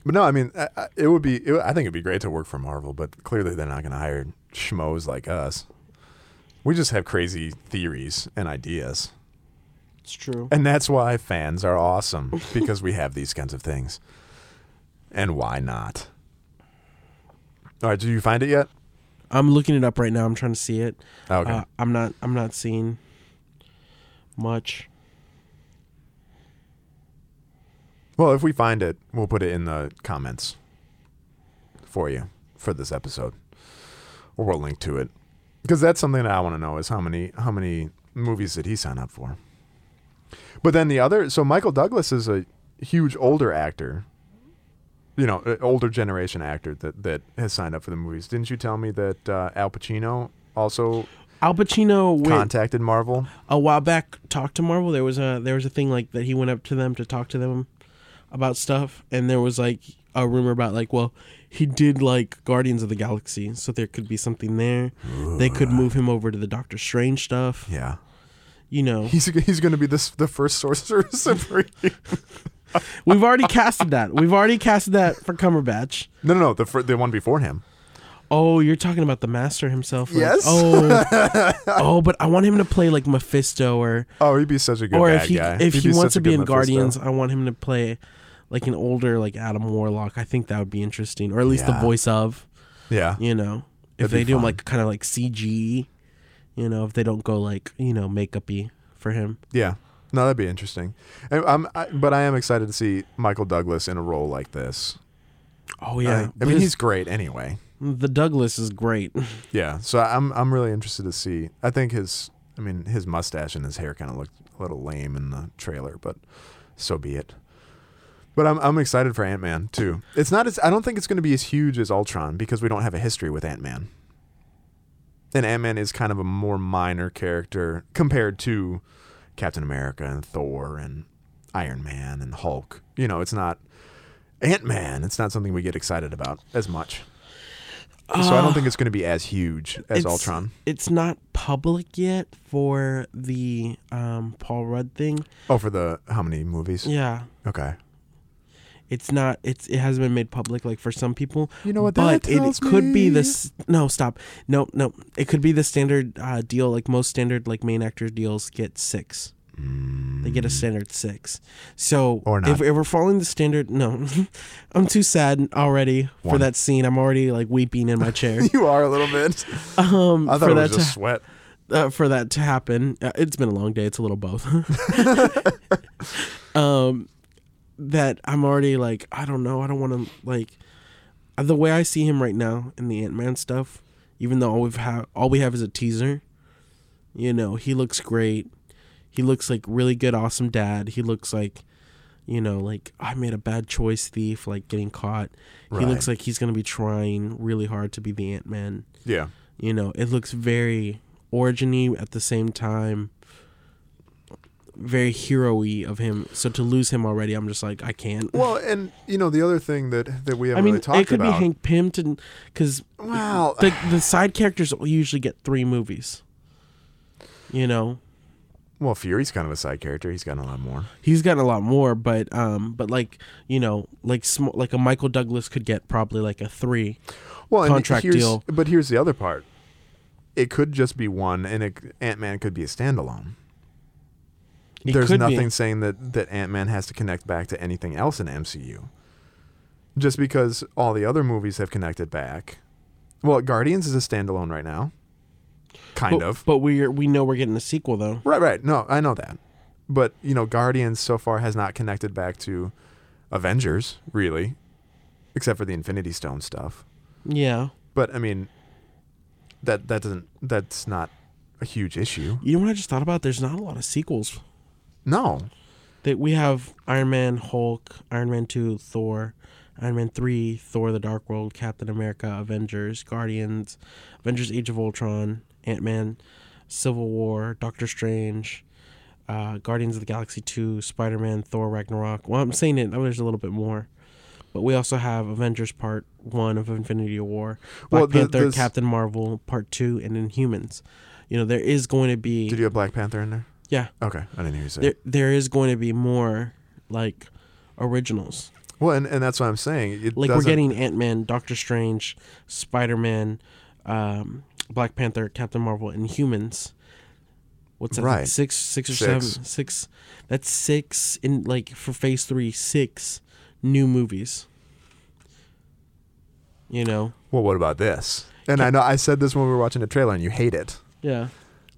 But no, I mean, I, I, it would be. It, would- I think it'd be great to work for Marvel, but clearly they're not going to hire schmoes like us. We just have crazy theories and ideas,
It's true.
and that's why fans are awesome because we have these kinds of things. And why not? All right, did you find it yet?
I'm looking it up right now. I'm trying to see it.
Okay.
Uh, I'm not. I'm not seeing much.
Well, if we find it, we'll put it in the comments for you for this episode, or we'll link to it because that's something that I want to know is how many how many movies did he sign up for? But then the other, so Michael Douglas is a huge older actor, you know, uh, older generation actor that that has signed up for the movies. Didn't you tell me that uh, Al Pacino also
Al Pacino went
contacted Marvel?
a while back. Talked to Marvel. There was a there was a thing like that. He went up to them to talk to them about stuff, and there was like a rumor about like, well, he did like Guardians of the Galaxy, so there could be something there. They could move him over to the Doctor Strange stuff.
Yeah.
You
*laughs*
know,
He's, he's going to be this, the first Sorcerer *laughs* Supreme.
we've already casted that. We've already casted that for Cumberbatch.
No, no, no. The fir- the one before him.
Oh, you're talking about the master himself. like,
Yes.
Oh, oh, but I want him to play like Mephisto or
Oh, he'd be such a good
or
bad
if he
guy.
if
He'd
he
be
wants to
such a
be
good
in
Mephisto.
Guardians, I want him to play like an older like Adam Warlock. I think that would be interesting, or at least the
Yeah.
voice of.
Yeah.
You know, if
That'd be
they do him
fun.
like kind of like CG, you know, if they don't go like you know makeupy for him.
Yeah. No, that'd be interesting. And I'm, I, but I am excited to see Michael Douglas in a role like this.
Oh
I-
yeah,
I,
But
mean,
his-
he's great anyway.
the Douglas is great.
Yeah. So I'm, I'm really interested to see. I think his, I mean, his mustache and his hair kind of looked a little lame in the trailer, but so be it. But I'm, I'm excited for Ant Man too. It's not as, I don't think it's going to be as huge as Ultron because we don't have a history with Ant Man. And Ant Man is kind of a more minor character compared to Captain America and Thor and Iron Man and Hulk. You know, it's not Ant Man. It's not something we get excited about as much. so I don't think it's going to be as huge as
It's-
Ultron.
It's not public yet for the um, Paul Rudd thing.
Oh, for the how many movies?
Yeah,
Okay. *laughs*
it's not it's it hasn't been made public like for some people
You know what that
but it,
tells
it could be
me?
this no stop no no it could be the standard uh, deal like most standard like main actor deals get six they get a standard six so
Mm. Or
If,
not.
if we're following the standard no *laughs* i'm too sad already for
One.
that scene i'm already like weeping in my
*laughs*
chair
You are a
*laughs*
little bit. Um, I thought
for
it was
that
just
to-
sweat.
uh, for that to happen. Uh, it's been a long day. It's a little both. *laughs* um, that I'm already like, I don't know. I don't want to like uh, the way I see him right now in the Ant Man stuff. Even though all we've have all we have is a teaser. You know, he looks great. He looks like really good, awesome dad. He looks like, you know, like I made a bad choice, thief, like getting caught. He
Right.
looks like he's gonna be trying really hard to be the Ant Man
Yeah.
you know it looks very originy at the same time very hero-y of him so to lose him already i'm just like i can't
Well, and you know the other thing that that we
i
haven't
mean
really talked
it could
about.
be hank pym to because
Well,
the, the side characters will usually get three movies you know
well, Fury's kind of a side character. He's got a lot more.
he's gotten a lot more but um but like you know like sm- like a michael douglas could get probably like a three
Well, and
Contract
here's-
deal.
But here's the other part. It could just be one, and Ant Man could be a standalone.
It
There's
could be.
nothing saying that that Ant Man has to connect back to anything else in MCU. Just because all the other movies have connected back. Well, Guardians is a standalone right now. Kind
but,
of.
but we we know we're getting a sequel though
Right, right. No, I know that. But, you know, Guardians so far has not connected back to Avengers, really, except for the Infinity Stone stuff.
yeah
But I mean that that doesn't that's not a huge issue.
you know what i just thought about there's not a lot of sequels
No.
that we have Iron Man, Hulk, Iron Man 2, Thor, Iron Man 3, Thor the Dark World, Captain America, Avengers, Guardians, Avengers Age of Ultron, Ant Man, Civil War, Doctor Strange, uh, Guardians of the Galaxy 2, Spider Man, Thor Ragnarok. Well, I'm saying it, oh, there's a little bit more. But we also have Avengers Part 1 of Infinity War, Black
Well, the-
Panther,
this-
Captain Marvel Part 2, and Inhumans. You know, there is going to be.
Did you have Black Panther in there?
yeah
Okay. I didn't hear you say
there there is going to be more like originals.
Well and, and that's what I'm saying. It
Like
doesn't-
we're getting Ant Man, Doctor Strange, Spider Man, um, Black Panther, Captain Marvel, and Humans. What's that?
Right.
Six, six or
Six.
seven, six. That's six in like for Phase Three, six new movies. You know.
Well what about this? And I know I said this when we were watching the trailer and you hate it.
Yeah.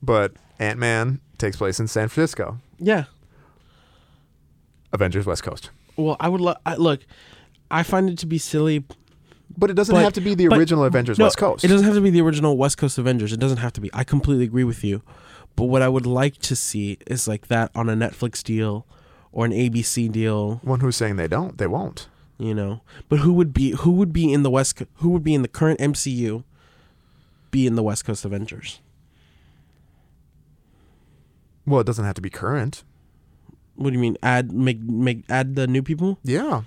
But Ant Man takes place in San Francisco.
Yeah.
Avengers West Coast.
Well, I would lo- I, look. I find it to be silly
But it doesn't
But-
have to be the
but-
original Avengers
No,
West Coast.
It doesn't have to be the original West Coast Avengers. It doesn't have to be. I completely agree with you. But what I would like to see is like that on a Netflix deal or an ABC deal,
One who's saying they don't, they won't.
you know. But who would be who would be in the West Co- who would be in the current MCU be in the West Coast Avengers?
Well, it doesn't have to be current.
What do you mean add make make add the new people?
Yeah.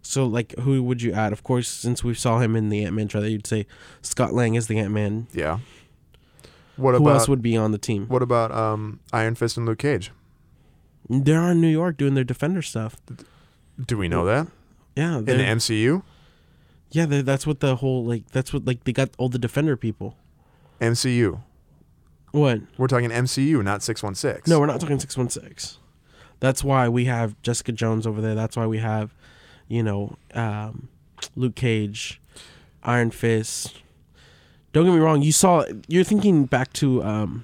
So like who would you add? Of course, since we saw him in the Ant-Man trailer, you'd say Scott Lang is the Ant-Man.
Yeah. What
Who
about
else would be on the team?
what about um, Iron Fist and Luke Cage?
They're on New York doing their Defender stuff.
Do we know that
Yeah,
in the
they're-
MCU?
Yeah, tha- that's what the whole like. That's what like they got all the defender people.
MCU.
What?
We're talking MCU, not 616.
No, we're not talking six one six. That's why we have Jessica Jones over there. That's why we have, you know, um, Luke Cage, Iron Fist. Don't get me wrong. You saw. You're thinking back to um,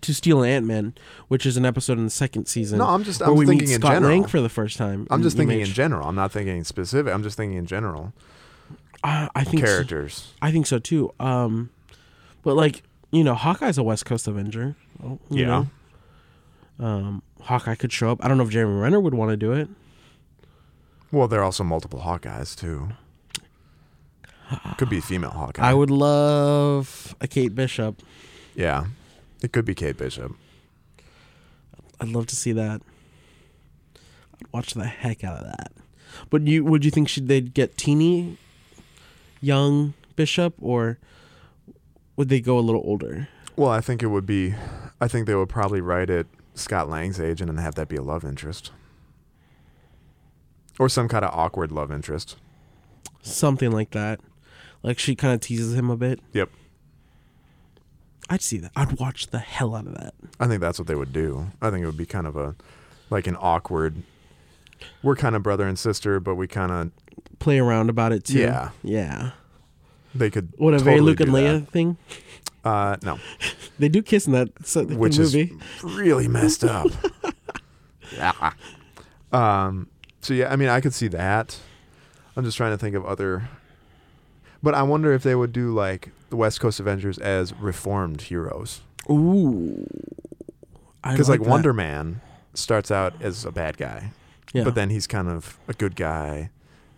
to Steel Ant Man, which is an episode in the second season.
No, I'm just-
where
I'm
we
thinking
meet
in
Scott
general.
Lang for the first time.
I'm just thinking in
EMH.
general. I'm not thinking specific. I'm just thinking in general.
Uh, I think so-
Characters.
I think so too. Um, but like you know, Hawkeye's a West Coast Avenger. Oh, You
Yeah.
know? Um, Hawkeye could show up. I don't know if Jeremy Renner would want to do it.
Well, there are also multiple Hawkeyes, too. Could be female Hawkeye.
I would love a Kate Bishop.
Yeah. It could be Kate Bishop.
I'd love to see that. I'd watch the heck out of that. But you would you think she they'd get teeny young Bishop or would they go a little older?
Well, I think it would be. I think they would probably write it Scott Lang's age and then have that be a love interest. Or some kind of awkward love interest.
Something like that. Like she kind of teases him a bit.
Yep.
I'd see that. I'd watch the hell out of that.
I think that's what they would do. I think it would be kind of a. Like an awkward. We're kind of brother and sister, but we kind of.
Play around about it too.
Yeah.
Yeah.
They could.
What a very
totally
Luke and
do
Leia thing.
that. Uh, no.
They do kiss in that so,
Which is
movie.
really
*laughs*
messed up. yeah. Um, so yeah, I mean, I could see that. I'm just trying to think of other. But I wonder if they would do like the West Coast Avengers as reformed heroes,
Ooh.
because like,
Wonder
Wonder Man starts out as a bad guy,
Yeah.
but then he's kind of a good guy,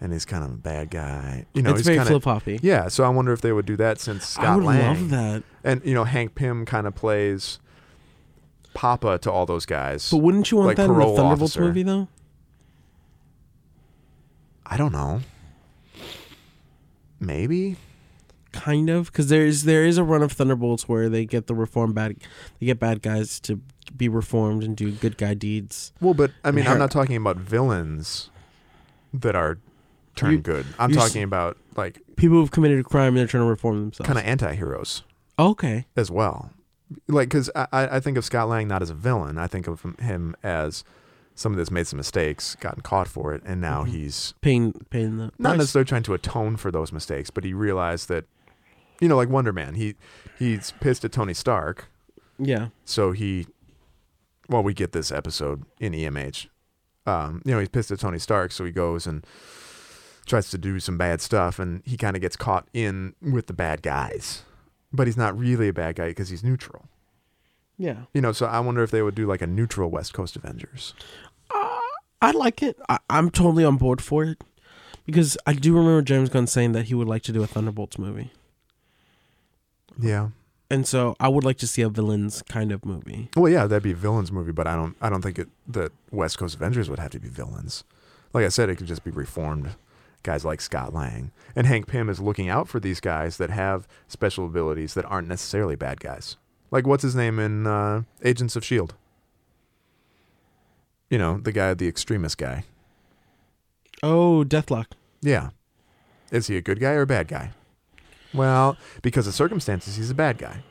and he's kind of a bad guy. You know,
it's
he's
very
kind
flip floppy.
Yeah, so I wonder if they would do that since Scott
I would
Lang
love that.
and you know Hank Pym kind of plays Papa to all those guys.
But wouldn't you want
Like
that in the
parole
Thunderbolts
officer.
movie though?
I don't know. Maybe.
Kind of, because there is there is a run of Thunderbolts where they get the reform bad, they get bad guys to be reformed and do good guy deeds.
Well, but I mean, I'm
Her-
not talking about villains that are turned
You-
good. I'm
you s-
talking about like
People who've committed a crime and they're trying to reform themselves.
kind of anti-heroes
okay,
as well. Like, because I, I I think of Scott Lang not as a villain. I think of him as someone that's made some mistakes, gotten caught for it, and
Mm-hmm.
now he's
paying paying the
not
price.
necessarily trying to atone for those mistakes, but he realized that, you know, like Wonder Man, he he's pissed at Tony Stark,
Yeah,
so he, well, we get this episode in EMH. Um, you know, he's pissed at Tony Stark, so he goes and tries to do some bad stuff, and he kind of gets caught in with the bad guys, but he's not really a bad guy because he's neutral.
yeah.
You know, so I wonder if they would do like a neutral West Coast Avengers.
I like it. I, I'm totally on board for it because I do remember James Gunn saying that he would like to do a Thunderbolts movie,
Yeah.
and so I would like to see a villains kind of movie.
Well, yeah, that'd be a villains movie, but I don't I don't think it that West Coast Avengers would have to be villains. Like I said, it could just be reformed guys like Scott Lang. And Hank Pym is looking out for these guys that have special abilities that aren't necessarily bad guys. Like what's his name in uh, Agents of Shield? You know, the guy, the extremist guy.
Oh, Deathlock.
Yeah. Is he a good guy or a bad guy? Well, because of circumstances, he's a bad guy.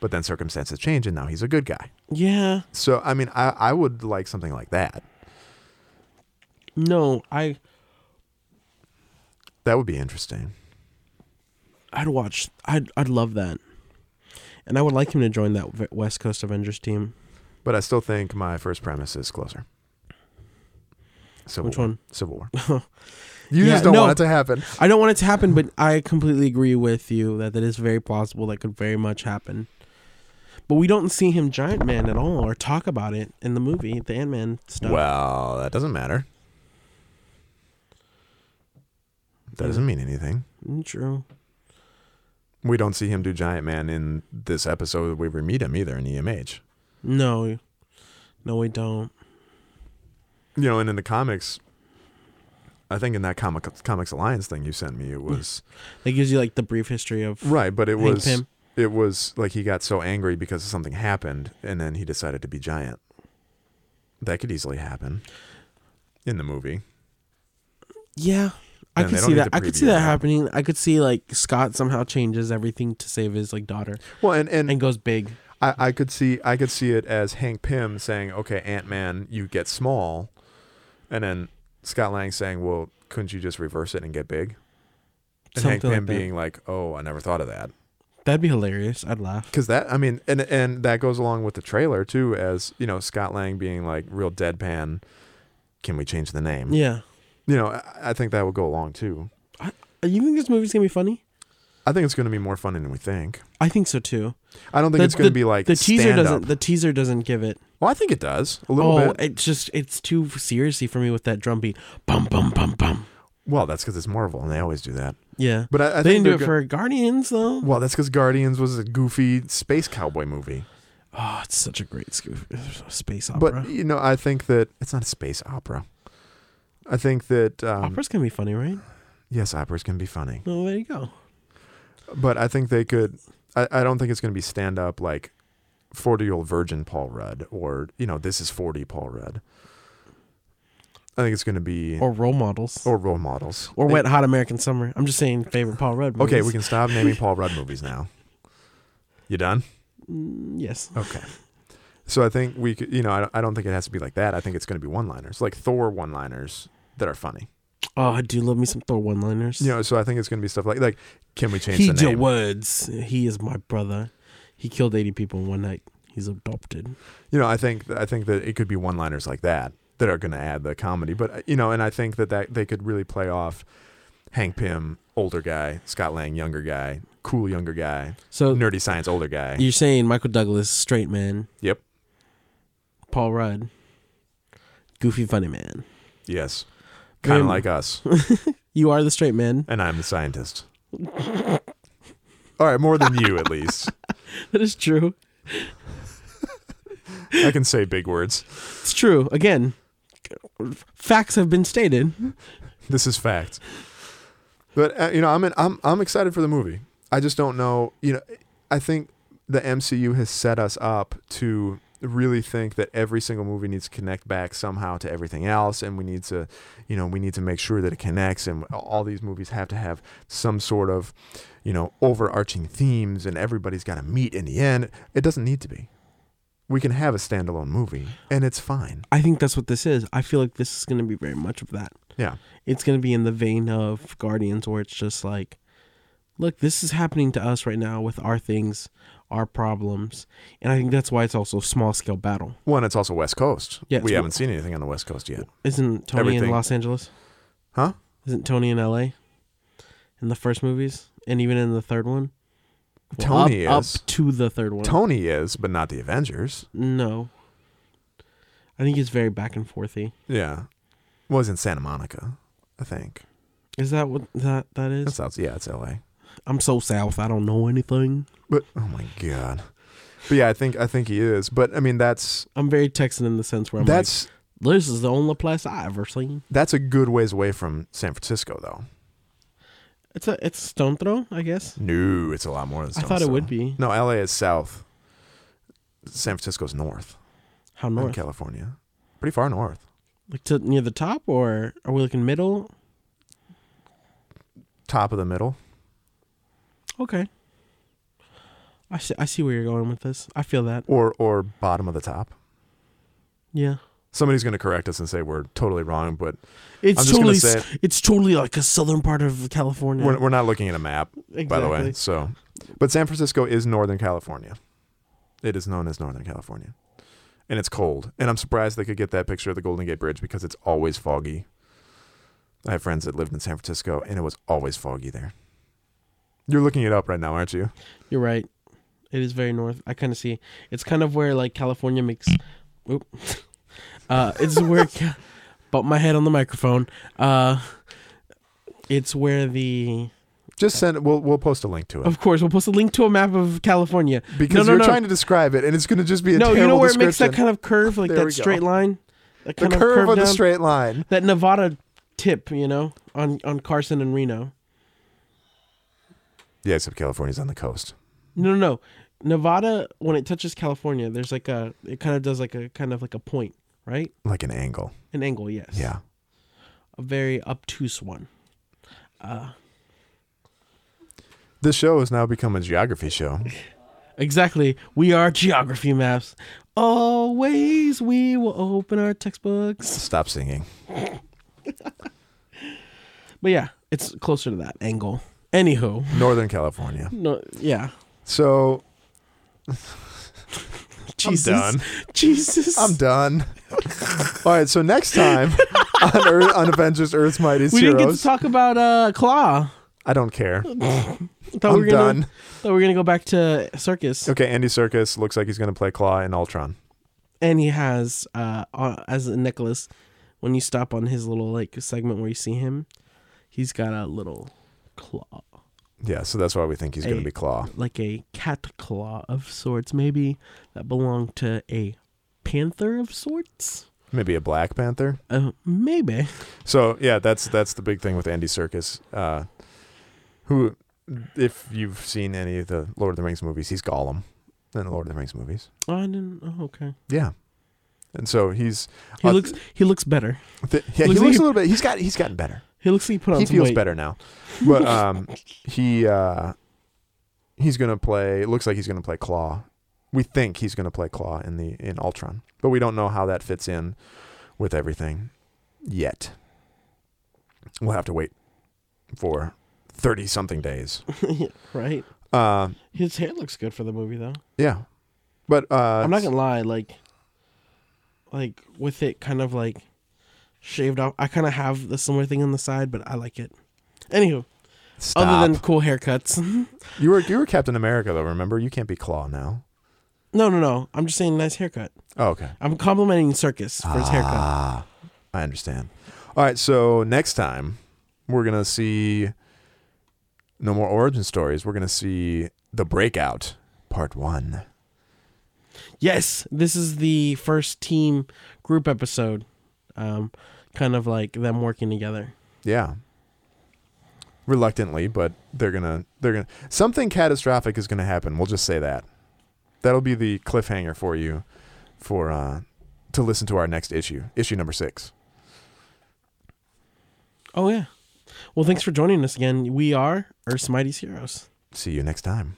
But then circumstances change and now he's a good guy.
Yeah.
So I mean, I I would like something like that.
No, I
That would be interesting.
I'd watch. I'd I'd love that, and I would like him to join that v- West Coast Avengers team.
But I still think my first premise is closer. Civil
Which
War.
one?
Civil
*laughs*
War. you
Yeah,
just don't
no.
want it to happen.
I don't want it to happen, but I completely agree with you that that is very plausible. That could very much happen. But we don't see him Giant Man at all, or talk about it in the movie, the Ant Man stuff.
Well, that doesn't matter. That doesn't mean anything.
Mm, True.
We don't see him do Giant Man in this episode where we meet him either in E EMH.
No, no, we don't.
You know, and in the comics, I think in that comic comics alliance thing you sent me, it was
It gives you like the brief history of
Right, but it
Hank
was
Pym.
it was like he got so angry because something happened, and then he decided to be giant. That could easily happen in the movie.
Yeah, I
then
could
they don't
see
need
that.
to
I could
preview
see that
that.
happening. I could see like Scott somehow changes everything to save his like daughter
Well, and and,
and goes big.
I, I could see I could see it as Hank Pym saying, "Okay, Ant Man, you get small," and then Scott Lang saying, "Well, couldn't you just reverse it and get big?" And Hank
Something like
Pym
that.
being like, "Oh, I never thought of that."
That'd be hilarious. I'd laugh.
Because that, I mean, and and that goes along with the trailer too, as you know, Scott Lang being like real deadpan. Can we change the name?
Yeah.
You know, I, I think that would go along too.
I, you think this movie's gonna be funny?
I think it's going to be more fun than we think.
I think so too.
I don't think
The-
it's going to
the-
be like
the teaser
stand
doesn't.
up.
The teaser doesn't give it.
Well, I think it does a little
Oh,
bit.
it's just it's too seriously for me with that drum beat. Bum bum bum bum.
Well, that's because it's Marvel, and they always do that.
Yeah.
But I- I
they didn't do
think they're
it
go-
for Guardians though.
Well, that's because Guardians was a goofy space cowboy movie.
Oh, it's such a great sco- space
But
opera.
you know, I think that it's not a space opera. I think that um,
Opera's gonna be funny, right?
yes, operas can be funny,
Well, there you go.
but I think they could. I, I don't think it's going to be stand up like forty year old virgin Paul Rudd or you know this is forty Paul Rudd. I think it's going to be or,
Or role models.
role models
Or
They-
Wet Hot American Summer. I'm just saying favorite Paul Rudd. Movies.
Okay, we can
*laughs*
stop naming Paul Rudd movies now. You done?
Yes.
Okay. So I think we could, you know, I, I don't think it has to be like that. I think it's going to be one liners, like Thor one liners that are funny.
Oh, I do love me some Thor one-liners.
You know, so I think it's going to be stuff like, like, can we change
he
the name?
the words. He is my brother. He killed 80 people in one night. He's adopted.
You know, I think, I think that it could be one liners like that that are going to add the comedy. But, you know, and I think that, that they could really play off Hank Pym, older guy, Scott Lang, younger guy, cool younger guy,
So
nerdy science, older guy.
you're saying Michael Douglas, straight man,
yep.
Paul Rudd, goofy funny man.
Yes. Kind
Then-
of like us.
You are the straight man.
and I'm the scientist. All right, more than you at least.
*laughs* That is true.
I can say big words.
It's true. Again, facts have been stated.
This is fact. But uh, you know, I'm in, I'm I'm excited for the movie. I just don't know. You know, I think the MCU has set us up to really think that every single movie needs to connect back somehow to everything else, and we need to, you know, we need to make sure that it connects, and all these movies have to have some sort of, you know, overarching themes, and everybody's got to meet in the end. It doesn't need to be. We can have a standalone movie, and it's fine.
I think that's what this is. I feel like this is going to be very much of that.
Yeah.
It's going to be in the vein of Guardians, where it's just like, look, this is happening to us right now with our things, our problems. And I think that's why it's also a small scale battle.
One, it's also West Coast.
Yes,
we
well-
haven't seen anything on the West Coast yet.
Isn't Tony in
Everything.
Los Angeles?
Huh?
Isn't Tony in LA in the first movies and even in the third one? Well,
Tony
up,
is.
up to the third one.
Tony is, but not the Avengers.
no. I think it's very back and forthy.
Yeah. Was in Santa Monica, I think.
Is that what that that is?
That sounds yeah, it's LA.
I'm so south. I don't know anything.
But oh my god. But yeah, I think I think he is. But I mean that's
I'm very Texan in the sense where I'm
that's
like, this is the only place I ever seen.
that's a good ways away from San Francisco though.
It's a it's a stone throw, I guess.
No, it's a lot more than
I
San
thought it would be.
Francisco. No, LA is south. San Francisco's north.
How
in
north?
California. Pretty far north.
Like to near the top, or are we looking middle?
Top of the middle.
Okay. I see. I see where you're going with this. I feel that.
Or or bottom of the top.
Yeah.
Somebody's gonna correct us and say we're totally wrong, but
It's
I'm just
totally.
gonna
s- It's totally like a southern part of California.
We're, we're not looking at a map, by the
Exactly.
way. So, but San Francisco is Northern California. It is known as Northern California, and it's cold. And I'm surprised they could get that picture of the Golden Gate Bridge because it's always foggy. I have friends that lived in San Francisco, and it was always foggy there. You're looking it up right now, aren't you?
You're right. It is very north. I kind of see. It's kind of where like California makes. Oop. *laughs* Uh, it's where. *laughs* Ca- Bump my head on the microphone. Uh, it's where the.
Just send. We'll we'll post a link to it
Of course, we'll post a link to a map of California
because you're trying to describe it, and it's going to just be a
No,
terrible
you know where it
description.
makes that kind of curve, like
There we
that
go.
straight line, that
the
kind
curve,
of curve
of the
down?
straight line.
that Nevada tip, you know, on on Carson and Reno.
Yeah, except California's on the coast.
No, no, no. Nevada when it touches California, there's like a it kind of does like a kind of like a point, right?
Like an angle.
An angle, yes.
Yeah.
A very obtuse one.
This show has now become a geography show.
Exactly. We are geography maps. Always we will open our textbooks.
Stop singing.
But yeah, it's closer to that angle. Anywho.
Northern California.
No yeah.
So
Jesus.
done.
Jesus. *laughs*
I'm done. All right. So next time on, Earth, on Avengers: Earth's Mightiest
we
Heroes,
didn't get to talk about uh Claw.
I
*laughs*
don't care.
Thought
I'm
we were gonna,
done.
Thought we were gonna go back to circus.
Okay, Andy Circus looks like he's gonna play Claw in Ultron.
and he has uh on- as a necklace when you stop on his little like segment where you see him he's got a little claw
Yeah, so that's why we think he's gonna
Hey.
be Claw.
like a cat claw of sorts maybe that belonged to a panther of sorts
Maybe a Black Panther.
uh, maybe
So yeah, that's that's the big thing with Andy Circus. Uh, who, if you've seen any of the Lord of the Rings movies, he's Gollum in the Lord of the Rings movies.
oh, I didn't, oh okay
Yeah, and so he's
he
uh,
looks he looks better
th- yeah,
looks
he looks
like-
a little bit. He's got he's gotten better.
he looks like he put on
he
some
feels
weight.
better now. But um, he uh, he's gonna play. It looks like he's gonna play Claw. We think he's gonna play Claw in the in Ultron, but we don't know how that fits in with everything yet. We'll have to wait for thirty something days.
right
Uh,
his hair looks good for the movie though
yeah, but uh,
I'm not gonna lie, like, like with it kind of like shaved off. I kind of have the similar thing on the side, but I like it. Anywho,
stop.
other than cool haircuts, *laughs*
you were you were Captain America though. Remember, you can't be Claw now.
no, no, no. I'm just saying nice haircut.
Oh, okay.
I'm complimenting Circus for his haircut.
Ah, I understand. All right, so next time we're gonna see no more origin stories. We're gonna see the breakout part one.
Yes, this is the first team group episode. Um, kind of like them working together.
Yeah, reluctantly, but they're gonna they're gonna something catastrophic is gonna happen. We'll just say that. That'll be the cliffhanger for you, for uh, to listen to our next issue, issue number six.
Oh yeah. Well, thanks for joining us again. We are Earth's Mightiest Heroes.
See you next time.